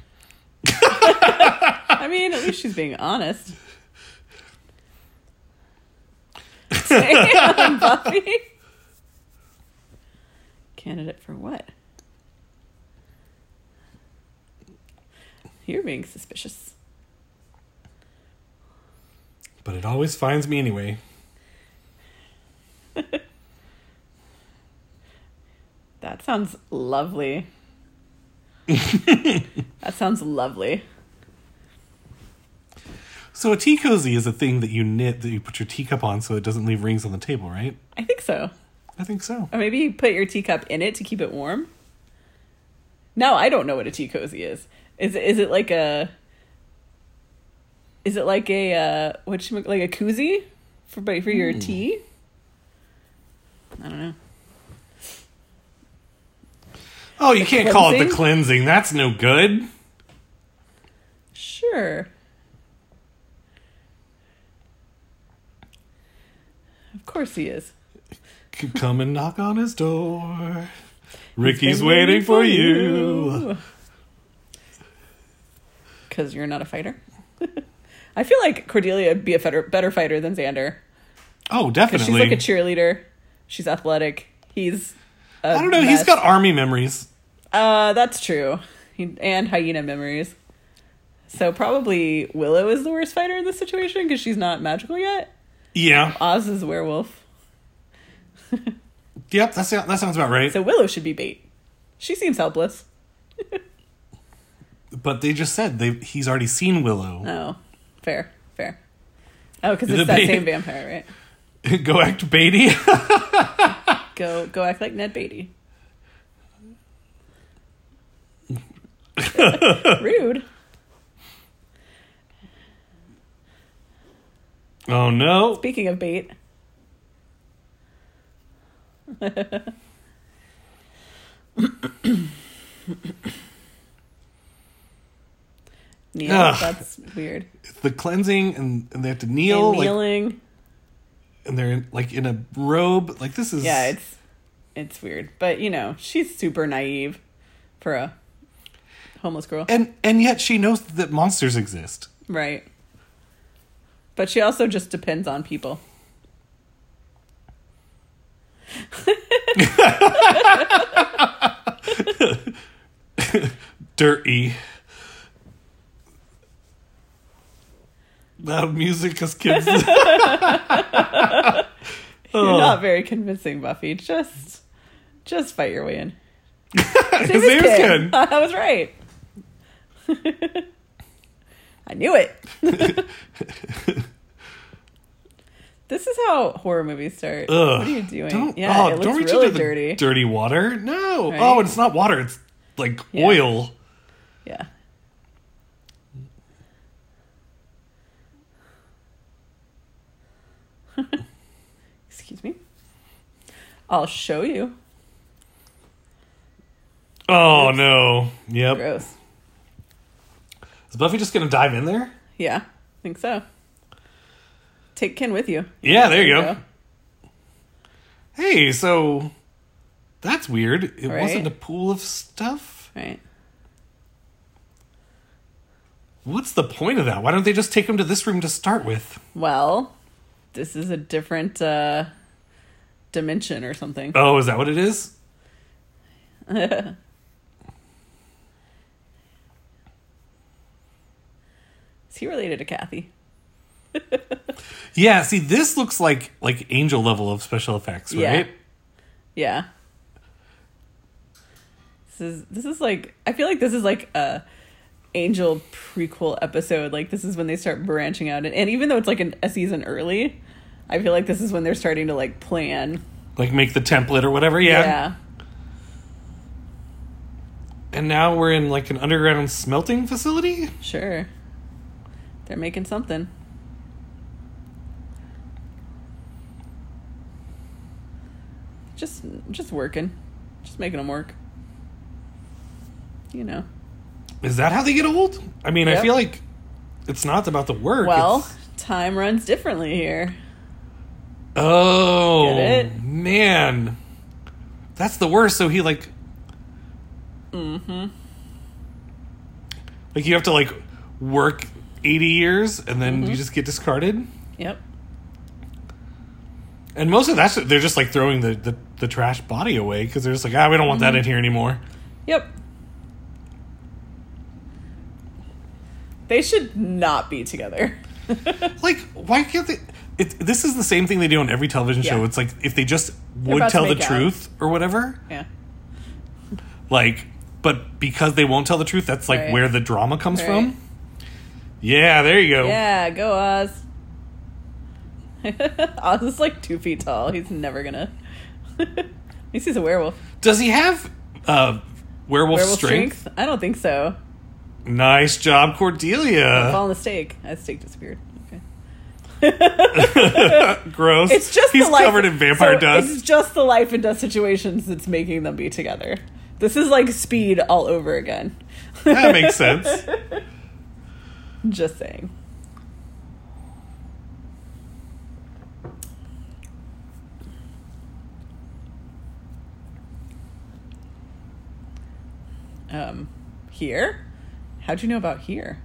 [SPEAKER 1] I mean, at least she's being honest. Damn, Buffy. Candidate for what? You're being suspicious.
[SPEAKER 2] But it always finds me anyway.
[SPEAKER 1] That sounds lovely. that sounds lovely.
[SPEAKER 2] So a tea cozy is a thing that you knit that you put your teacup on so it doesn't leave rings on the table, right?
[SPEAKER 1] I think so.
[SPEAKER 2] I think so.
[SPEAKER 1] Or maybe you put your teacup in it to keep it warm. Now I don't know what a tea cozy is. Is is it like a? Is it like a uh, what you like a koozie for but for your tea? I don't know.
[SPEAKER 2] Oh, you can't call it the
[SPEAKER 1] cleansing?
[SPEAKER 2] cleansing. That's no good.
[SPEAKER 1] Sure. Of course he is.
[SPEAKER 2] Could come and knock on his door. Ricky's waiting for you.
[SPEAKER 1] Because you're not a fighter. I feel like Cordelia would be a better, better fighter than Xander.
[SPEAKER 2] Oh,
[SPEAKER 1] 'Cause
[SPEAKER 2] definitely.
[SPEAKER 1] she's like a cheerleader. She's athletic. He's. I
[SPEAKER 2] I don't know. He's got army memories.
[SPEAKER 1] Uh, that's true. He, and hyena memories. So probably Willow is the worst fighter in this situation because she's not magical yet.
[SPEAKER 2] Yeah.
[SPEAKER 1] Oz is a werewolf.
[SPEAKER 2] Yep. That sounds. That sounds about right.
[SPEAKER 1] So Willow should be bait. She seems helpless.
[SPEAKER 2] but they just said they. He's already seen Willow.
[SPEAKER 1] Oh, fair, fair. Oh, because
[SPEAKER 2] Is
[SPEAKER 1] it's
[SPEAKER 2] it
[SPEAKER 1] that
[SPEAKER 2] bait?
[SPEAKER 1] same vampire, right?
[SPEAKER 2] Go act Beatty.
[SPEAKER 1] Go go act like Ned Beatty. Rude.
[SPEAKER 2] oh no.
[SPEAKER 1] Speaking of bait. Neil,
[SPEAKER 2] Ugh.
[SPEAKER 1] that's weird.
[SPEAKER 2] It's the cleansing, and, and they have to kneel,
[SPEAKER 1] And
[SPEAKER 2] like,
[SPEAKER 1] kneeling.
[SPEAKER 2] and they're in, like in a robe. Like this is.
[SPEAKER 1] yeah, it's it's weird. But you know, she's super naive for a homeless girl,
[SPEAKER 2] And and yet she knows that monsters exist.
[SPEAKER 1] right? But she also just depends on people.
[SPEAKER 2] Dirty. Loud music because kids.
[SPEAKER 1] You're
[SPEAKER 2] Oh,
[SPEAKER 1] not very convincing, Buffy. Just, just fight your way in.
[SPEAKER 2] His name's Ken.
[SPEAKER 1] I was right. I knew it. this is how horror movies start.
[SPEAKER 2] Ugh.
[SPEAKER 1] What are you doing?
[SPEAKER 2] Don't,
[SPEAKER 1] yeah,
[SPEAKER 2] oh,
[SPEAKER 1] it
[SPEAKER 2] don't
[SPEAKER 1] looks
[SPEAKER 2] reach
[SPEAKER 1] really
[SPEAKER 2] into the
[SPEAKER 1] dirty.
[SPEAKER 2] Dirty water? No.
[SPEAKER 1] Right?
[SPEAKER 2] Oh, and it's not water. It's like
[SPEAKER 1] Yeah.
[SPEAKER 2] oil.
[SPEAKER 1] yeah. Excuse me. I'll show you.
[SPEAKER 2] Oh no. Yep.
[SPEAKER 1] Gross.
[SPEAKER 2] Is Buffy just gonna dive in there?
[SPEAKER 1] Yeah, I think so. Take Ken with you.
[SPEAKER 2] Yeah. There you go. Hey. So that's weird. It
[SPEAKER 1] Right?
[SPEAKER 2] wasn't a pool of stuff.
[SPEAKER 1] Right.
[SPEAKER 2] What's the point of that? Why don't they just take him to this room to start with?
[SPEAKER 1] Well, this is a different uh, dimension or something.
[SPEAKER 2] Oh, is that what it is?
[SPEAKER 1] Is he related to Kathy?
[SPEAKER 2] Yeah. See, this looks like like angel level of special effects,
[SPEAKER 1] Yeah.
[SPEAKER 2] right?
[SPEAKER 1] Yeah. This is this is like I feel like this is like a angel prequel episode. Like this is when they start branching out, and, and even though it's like an, a season early, I feel like this is when they're starting to like plan.
[SPEAKER 2] Like make the template or whatever. Yeah.
[SPEAKER 1] yeah.
[SPEAKER 2] And now we're in like an underground smelting facility.
[SPEAKER 1] Sure. They're making something. Just just working. Just making them work. You know.
[SPEAKER 2] Is that how they get old? I mean, I
[SPEAKER 1] Yep.
[SPEAKER 2] feel like it's not about the work.
[SPEAKER 1] Well,
[SPEAKER 2] it's-
[SPEAKER 1] time runs differently here.
[SPEAKER 2] oh
[SPEAKER 1] Get it?
[SPEAKER 2] man, that's the worst. So he like, mm-hmm.
[SPEAKER 1] Mm-hmm.
[SPEAKER 2] like you have to like work eighty years and then
[SPEAKER 1] Mm-hmm.
[SPEAKER 2] you just get discarded.
[SPEAKER 1] Yep.
[SPEAKER 2] And most of that's they're just like throwing the the, the trash body away because they're just like, ah, we don't want
[SPEAKER 1] Mm-hmm.
[SPEAKER 2] that in here anymore.
[SPEAKER 1] Yep. They should not be together.
[SPEAKER 2] Like, why can't they? It, this is the same thing they do on every television show.
[SPEAKER 1] Yeah.
[SPEAKER 2] It's like if they just would
[SPEAKER 1] about to
[SPEAKER 2] tell the
[SPEAKER 1] make out.
[SPEAKER 2] truth or whatever.
[SPEAKER 1] Yeah.
[SPEAKER 2] like but because they won't tell the truth that's like
[SPEAKER 1] Right.
[SPEAKER 2] where the drama comes
[SPEAKER 1] Right.
[SPEAKER 2] from yeah there you go
[SPEAKER 1] Yeah, go Oz. Oz is like two feet tall. He's never gonna. At least he's a werewolf.
[SPEAKER 2] does he have uh werewolf,
[SPEAKER 1] Werewolf
[SPEAKER 2] strength?
[SPEAKER 1] strength? I don't think so.
[SPEAKER 2] nice job cordelia
[SPEAKER 1] Fall on the stake. That stake disappeared. Okay.
[SPEAKER 2] gross
[SPEAKER 1] It's just
[SPEAKER 2] he's
[SPEAKER 1] the life.
[SPEAKER 2] covered in vampire
[SPEAKER 1] so
[SPEAKER 2] dust
[SPEAKER 1] It's just the life and dust situations that's making them be together. This is like speed all over again.
[SPEAKER 2] that makes sense
[SPEAKER 1] Just saying. Um, here? How'd you know about here?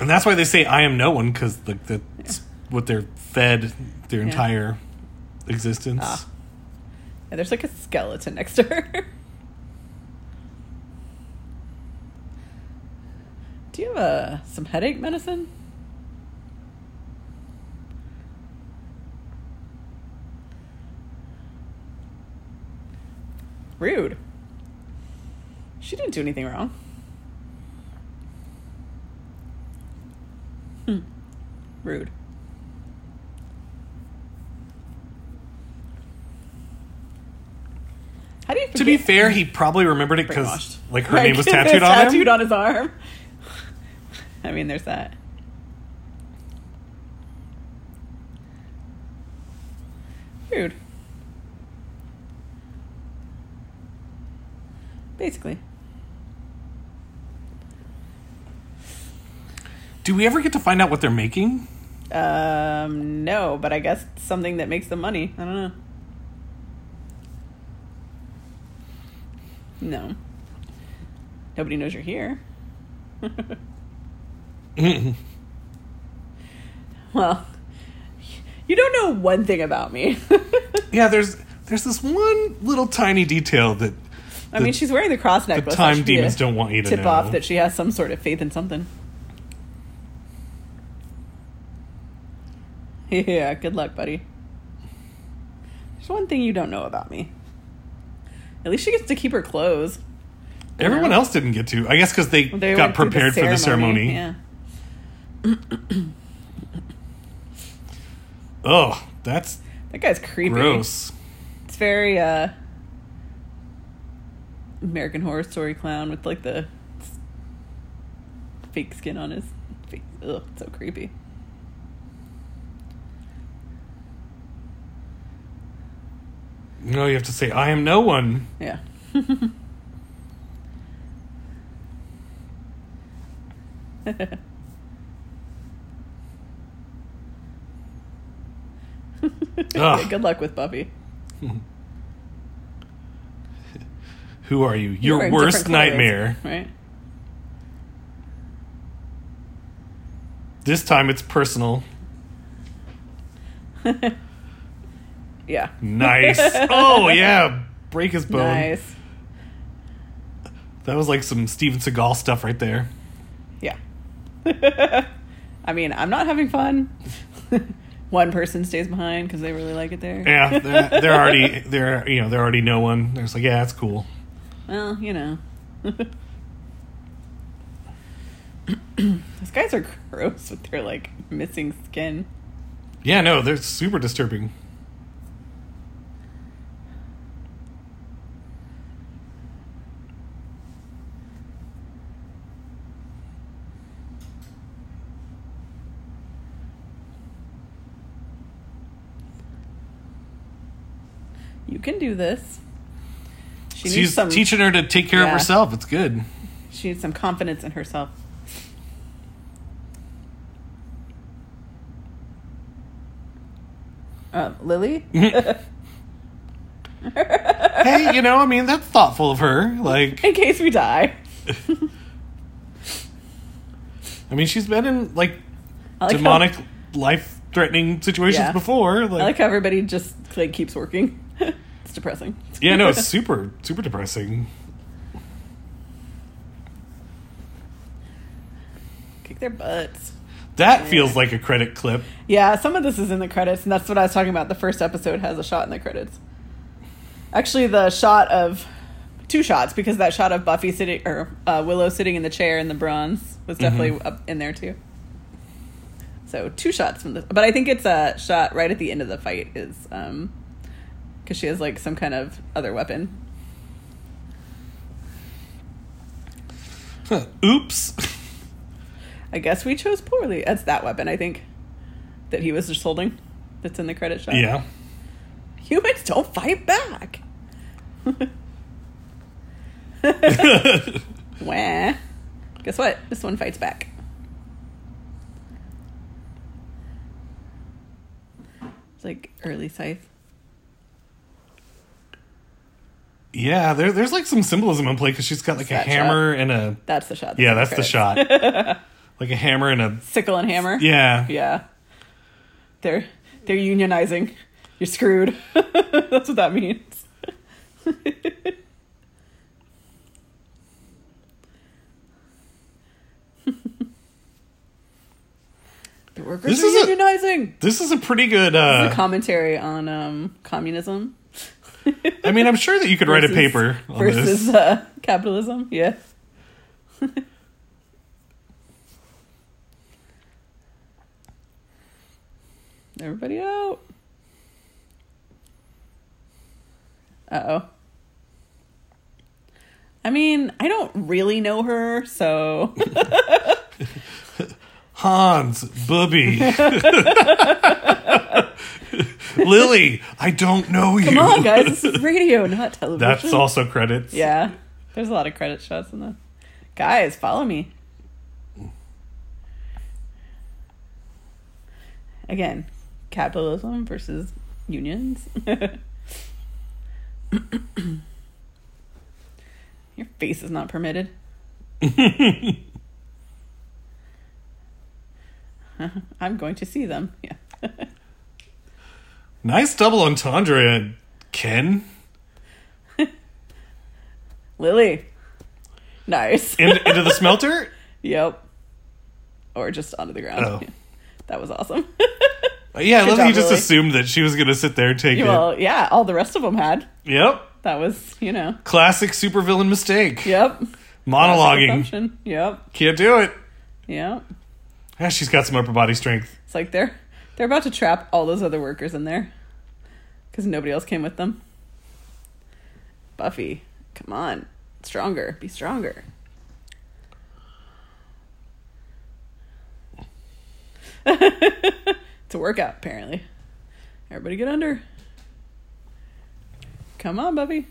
[SPEAKER 2] and that's why they say i am no one because like that's what they're fed their entire existence
[SPEAKER 1] Ah. Yeah, there's like a skeleton next to her. Do you have uh, some headache medicine? Rude. She didn't do anything wrong. Hmm. Rude. How do you
[SPEAKER 2] to be
[SPEAKER 1] forget-
[SPEAKER 2] fair he probably remembered
[SPEAKER 1] Brainwashed.
[SPEAKER 2] it because like her
[SPEAKER 1] Like,
[SPEAKER 2] name was
[SPEAKER 1] it's
[SPEAKER 2] tattooed on
[SPEAKER 1] tattooed
[SPEAKER 2] him
[SPEAKER 1] on his arm. I mean, there's that. Rude. Basically,
[SPEAKER 2] do we ever get to find out what they're making
[SPEAKER 1] um, no, but I guess something that makes the money. I don't know. No. Nobody knows you're here. well, you don't know one thing about me.
[SPEAKER 2] Yeah, there's there's this one little tiny detail that
[SPEAKER 1] I mean, she's wearing the cross necklace. That
[SPEAKER 2] time
[SPEAKER 1] should be a
[SPEAKER 2] demons don't want you to
[SPEAKER 1] tip off
[SPEAKER 2] know.
[SPEAKER 1] that she has some sort of faith in something. Yeah, good luck, buddy. There's one thing you don't know about me. At least she gets to keep her clothes.
[SPEAKER 2] everyone else didn't get to. I guess because they,
[SPEAKER 1] They
[SPEAKER 2] got
[SPEAKER 1] went through
[SPEAKER 2] prepared for the ceremony.
[SPEAKER 1] Yeah.
[SPEAKER 2] Oh, that's
[SPEAKER 1] That guy's creepy.
[SPEAKER 2] gross.
[SPEAKER 1] It's very uh American Horror Story clown with like the s- fake skin on his face. Ugh, so creepy.
[SPEAKER 2] No, you have to say I am no one.
[SPEAKER 1] Yeah.
[SPEAKER 2] Ugh.
[SPEAKER 1] Good luck with Buffy.
[SPEAKER 2] Who are you?
[SPEAKER 1] You're
[SPEAKER 2] Your
[SPEAKER 1] in
[SPEAKER 2] worst
[SPEAKER 1] different clothes,
[SPEAKER 2] nightmare.
[SPEAKER 1] Right.
[SPEAKER 2] This time it's personal.
[SPEAKER 1] Yeah.
[SPEAKER 2] Nice. oh yeah, break his bone.
[SPEAKER 1] Nice.
[SPEAKER 2] That was like some Steven Seagal stuff right there.
[SPEAKER 1] Yeah. I mean, I'm not having fun. One person stays behind because they really like it there.
[SPEAKER 2] Yeah, they're, they're already they're you know they're already no one. They're just like yeah, that's cool.
[SPEAKER 1] Well, you know. Those guys are gross with their like missing skin.
[SPEAKER 2] Yeah, no, they're super disturbing.
[SPEAKER 1] You can do this. She needs
[SPEAKER 2] She's
[SPEAKER 1] some
[SPEAKER 2] teaching her to take care of
[SPEAKER 1] Yeah.
[SPEAKER 2] herself. It's good.
[SPEAKER 1] she needs some confidence in herself. Um, Lily?
[SPEAKER 2] hey, you know, I mean, that's thoughtful of her. Like,
[SPEAKER 1] In case we die.
[SPEAKER 2] I mean, she's been in like
[SPEAKER 1] I like how-
[SPEAKER 2] demonic, life-threatening situations
[SPEAKER 1] Yeah.
[SPEAKER 2] before. Like,
[SPEAKER 1] I like how everybody just like keeps working. it's depressing.
[SPEAKER 2] yeah, no, it's super, super depressing.
[SPEAKER 1] Kick their butts.
[SPEAKER 2] That feels like a credit clip.
[SPEAKER 1] Yeah, some of this is in the credits, and that's what I was talking about. The first episode has a shot in the credits. Actually, the shot of two shots because that shot of Buffy sitting or uh, Willow sitting in the chair in the bronze was definitely up in there too. So two shots from the, but I think it's a shot right at the end of the fight is um because she has like some kind of other weapon.
[SPEAKER 2] Huh. Oops.
[SPEAKER 1] I guess we chose poorly. That's that weapon I think that he was just holding. That's in the credit shot.
[SPEAKER 2] yeah.
[SPEAKER 1] humans don't fight back. Wah. Guess what? This one fights back. It's like early scythe.
[SPEAKER 2] Yeah, there, there's like some symbolism in play because she's got like a
[SPEAKER 1] That shot.
[SPEAKER 2] hammer and a
[SPEAKER 1] That's the shot.
[SPEAKER 2] yeah,
[SPEAKER 1] in
[SPEAKER 2] that's the
[SPEAKER 1] credits.
[SPEAKER 2] shot. like a hammer and a
[SPEAKER 1] Sickle and hammer.
[SPEAKER 2] yeah.
[SPEAKER 1] Yeah. They're they're unionizing. You're screwed. That's what that means. the workers
[SPEAKER 2] This
[SPEAKER 1] are
[SPEAKER 2] is a-
[SPEAKER 1] unionizing.
[SPEAKER 2] This is a pretty good.
[SPEAKER 1] This
[SPEAKER 2] uh
[SPEAKER 1] is a commentary on um, communism
[SPEAKER 2] I mean, I'm sure that you could write a
[SPEAKER 1] versus-
[SPEAKER 2] paper on
[SPEAKER 1] versus
[SPEAKER 2] this.
[SPEAKER 1] Uh, capitalism. Yeah. Everybody out. Uh oh. I mean, I don't really know her, so
[SPEAKER 2] Hans, Bubby, Lily. I don't know you.
[SPEAKER 1] come on, guys. This is radio, not television.
[SPEAKER 2] That's also credits.
[SPEAKER 1] Yeah, there's a lot of credit shots in the. Guys, follow me. Again, capitalism versus unions. Your face is not permitted. I'm going to see them. Yeah.
[SPEAKER 2] Nice double entendre, Ken.
[SPEAKER 1] Lily. Nice.
[SPEAKER 2] In, into the smelter?
[SPEAKER 1] yep. Or just onto the ground.
[SPEAKER 2] Oh.
[SPEAKER 1] Yeah. That was awesome.
[SPEAKER 2] Uh, Yeah, I
[SPEAKER 1] Good
[SPEAKER 2] love that you
[SPEAKER 1] job,
[SPEAKER 2] just
[SPEAKER 1] Lily.
[SPEAKER 2] assumed that she was going to sit there and take it.
[SPEAKER 1] well, yeah, all the rest of them had.
[SPEAKER 2] Yep.
[SPEAKER 1] That was, you know.
[SPEAKER 2] Classic supervillain mistake.
[SPEAKER 1] Yep.
[SPEAKER 2] Monologuing.
[SPEAKER 1] Assumption. Yep.
[SPEAKER 2] Can't do it.
[SPEAKER 1] Yep.
[SPEAKER 2] Ah, she's got some upper body strength.
[SPEAKER 1] It's like they're they're about to trap all those other workers in there because nobody else came with them. Buffy, come on, stronger, be stronger. it's a workout, apparently. Everybody get under. Come on, Buffy.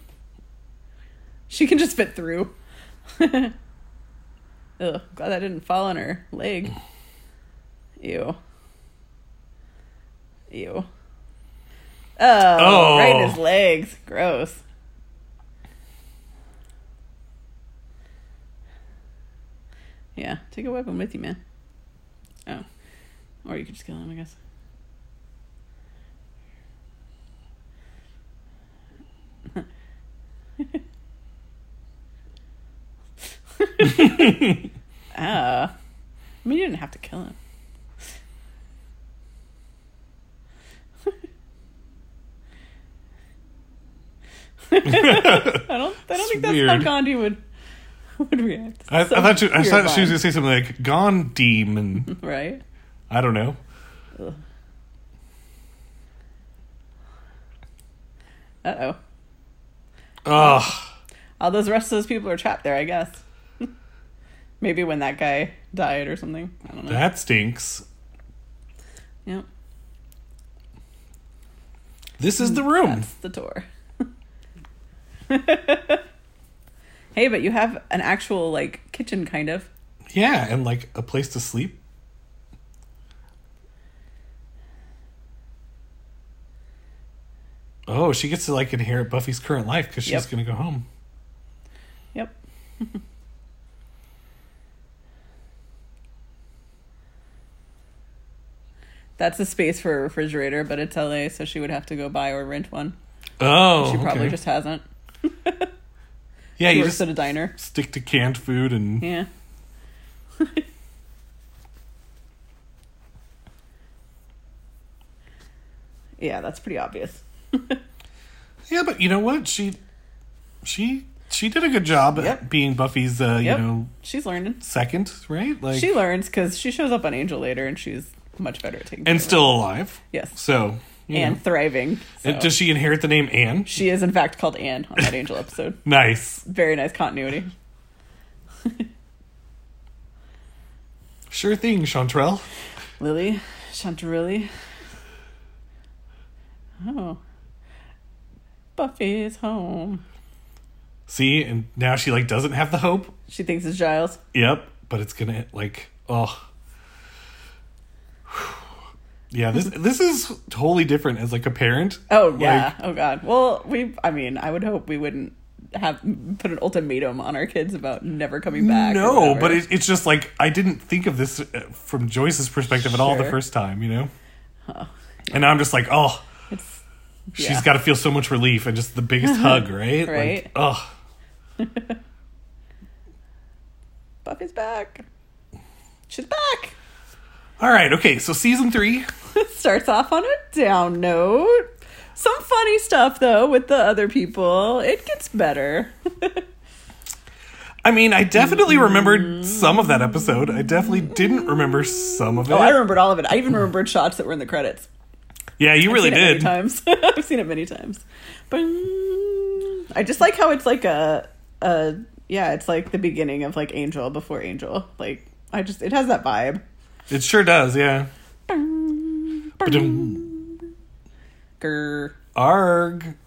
[SPEAKER 1] She can just fit through. Ugh, glad that didn't fall on her leg. Ew. Ew. Oh,
[SPEAKER 2] Oh.
[SPEAKER 1] right in his legs. Gross. Yeah, take a weapon with you, man. Oh. Or you could just kill him, I guess. Ah. I mean, you didn't have to kill him. I don't. I don't
[SPEAKER 2] It's
[SPEAKER 1] think that's how
[SPEAKER 2] weird.
[SPEAKER 1] Gandhi would would react.
[SPEAKER 2] I, I
[SPEAKER 1] So
[SPEAKER 2] thought, she, I
[SPEAKER 1] you're
[SPEAKER 2] thought she
[SPEAKER 1] fine.
[SPEAKER 2] was going to say something like, Gone demon.
[SPEAKER 1] right.
[SPEAKER 2] I don't know.
[SPEAKER 1] Uh oh.
[SPEAKER 2] Ugh.
[SPEAKER 1] All those rest of those people are trapped there, I guess. Maybe when that guy died or something. I don't know.
[SPEAKER 2] That stinks.
[SPEAKER 1] yep.
[SPEAKER 2] This is the room.
[SPEAKER 1] That's the door. hey, but you have an actual like kitchen kind of.
[SPEAKER 2] Yeah, and like a place to sleep. Oh, she gets to like inherit Buffy's current life because she's
[SPEAKER 1] Yep.
[SPEAKER 2] gonna go home.
[SPEAKER 1] Yep. That's a space for a refrigerator, but it's LA, so she would have to go buy or rent one.
[SPEAKER 2] Oh,
[SPEAKER 1] she probably
[SPEAKER 2] okay.
[SPEAKER 1] just hasn't.
[SPEAKER 2] yeah,
[SPEAKER 1] She
[SPEAKER 2] you
[SPEAKER 1] works
[SPEAKER 2] just
[SPEAKER 1] at a diner.
[SPEAKER 2] stick to canned food and
[SPEAKER 1] Yeah. yeah, that's pretty obvious.
[SPEAKER 2] yeah, but you know what? She, she, she did a good job
[SPEAKER 1] Yep.
[SPEAKER 2] at being Buffy's, uh,
[SPEAKER 1] Yep.
[SPEAKER 2] you know,
[SPEAKER 1] She's learning.
[SPEAKER 2] second, right? Like,
[SPEAKER 1] she learns because she shows up on Angel later and she's much better at taking care
[SPEAKER 2] and
[SPEAKER 1] of it.
[SPEAKER 2] still alive.
[SPEAKER 1] Yes.
[SPEAKER 2] So, you
[SPEAKER 1] and
[SPEAKER 2] know.
[SPEAKER 1] thriving. So.
[SPEAKER 2] And does she inherit the name Anne?
[SPEAKER 1] she is, in fact, called Anne on that Angel episode.
[SPEAKER 2] Nice.
[SPEAKER 1] Very nice continuity.
[SPEAKER 2] Sure thing, Chantrell.
[SPEAKER 1] Lily, Chantarelli. Oh. Buffy's home.
[SPEAKER 2] See, and now she like doesn't have the hope.
[SPEAKER 1] She thinks it's Giles.
[SPEAKER 2] Yep, but it's gonna like oh. Yeah, this this is totally different as like a parent.
[SPEAKER 1] Oh yeah. oh god. Well, we. I mean, I would hope we wouldn't have put an ultimatum on our kids about never coming back. or
[SPEAKER 2] no,
[SPEAKER 1] whatever.
[SPEAKER 2] but it, it's just like I didn't think of this uh, from Joyce's perspective at all the
[SPEAKER 1] Sure.
[SPEAKER 2] first time, you know. And I'm just like, oh,
[SPEAKER 1] it's
[SPEAKER 2] she's
[SPEAKER 1] Yeah.
[SPEAKER 2] got to feel so much relief and just the biggest hug, right?
[SPEAKER 1] Right.
[SPEAKER 2] Like, oh,
[SPEAKER 1] Buffy's back. She's back.
[SPEAKER 2] all right, okay. So season three,
[SPEAKER 1] Starts off on a down note. Some funny stuff though with the other people. It gets better.
[SPEAKER 2] I mean, I definitely remembered some of that episode. I definitely didn't remember some of it.
[SPEAKER 1] Oh, I remembered all of it. I even remembered shots that were in the credits.
[SPEAKER 2] yeah, you really
[SPEAKER 1] seen it many
[SPEAKER 2] did.
[SPEAKER 1] times. I've seen it many times. Bing. I just like how it's like a a yeah, it's like the beginning of like Angel before Angel. Like I just it has that vibe.
[SPEAKER 2] It sure does. Yeah.
[SPEAKER 1] Bing.
[SPEAKER 2] Ba-dum.
[SPEAKER 1] Grr.
[SPEAKER 2] Arg.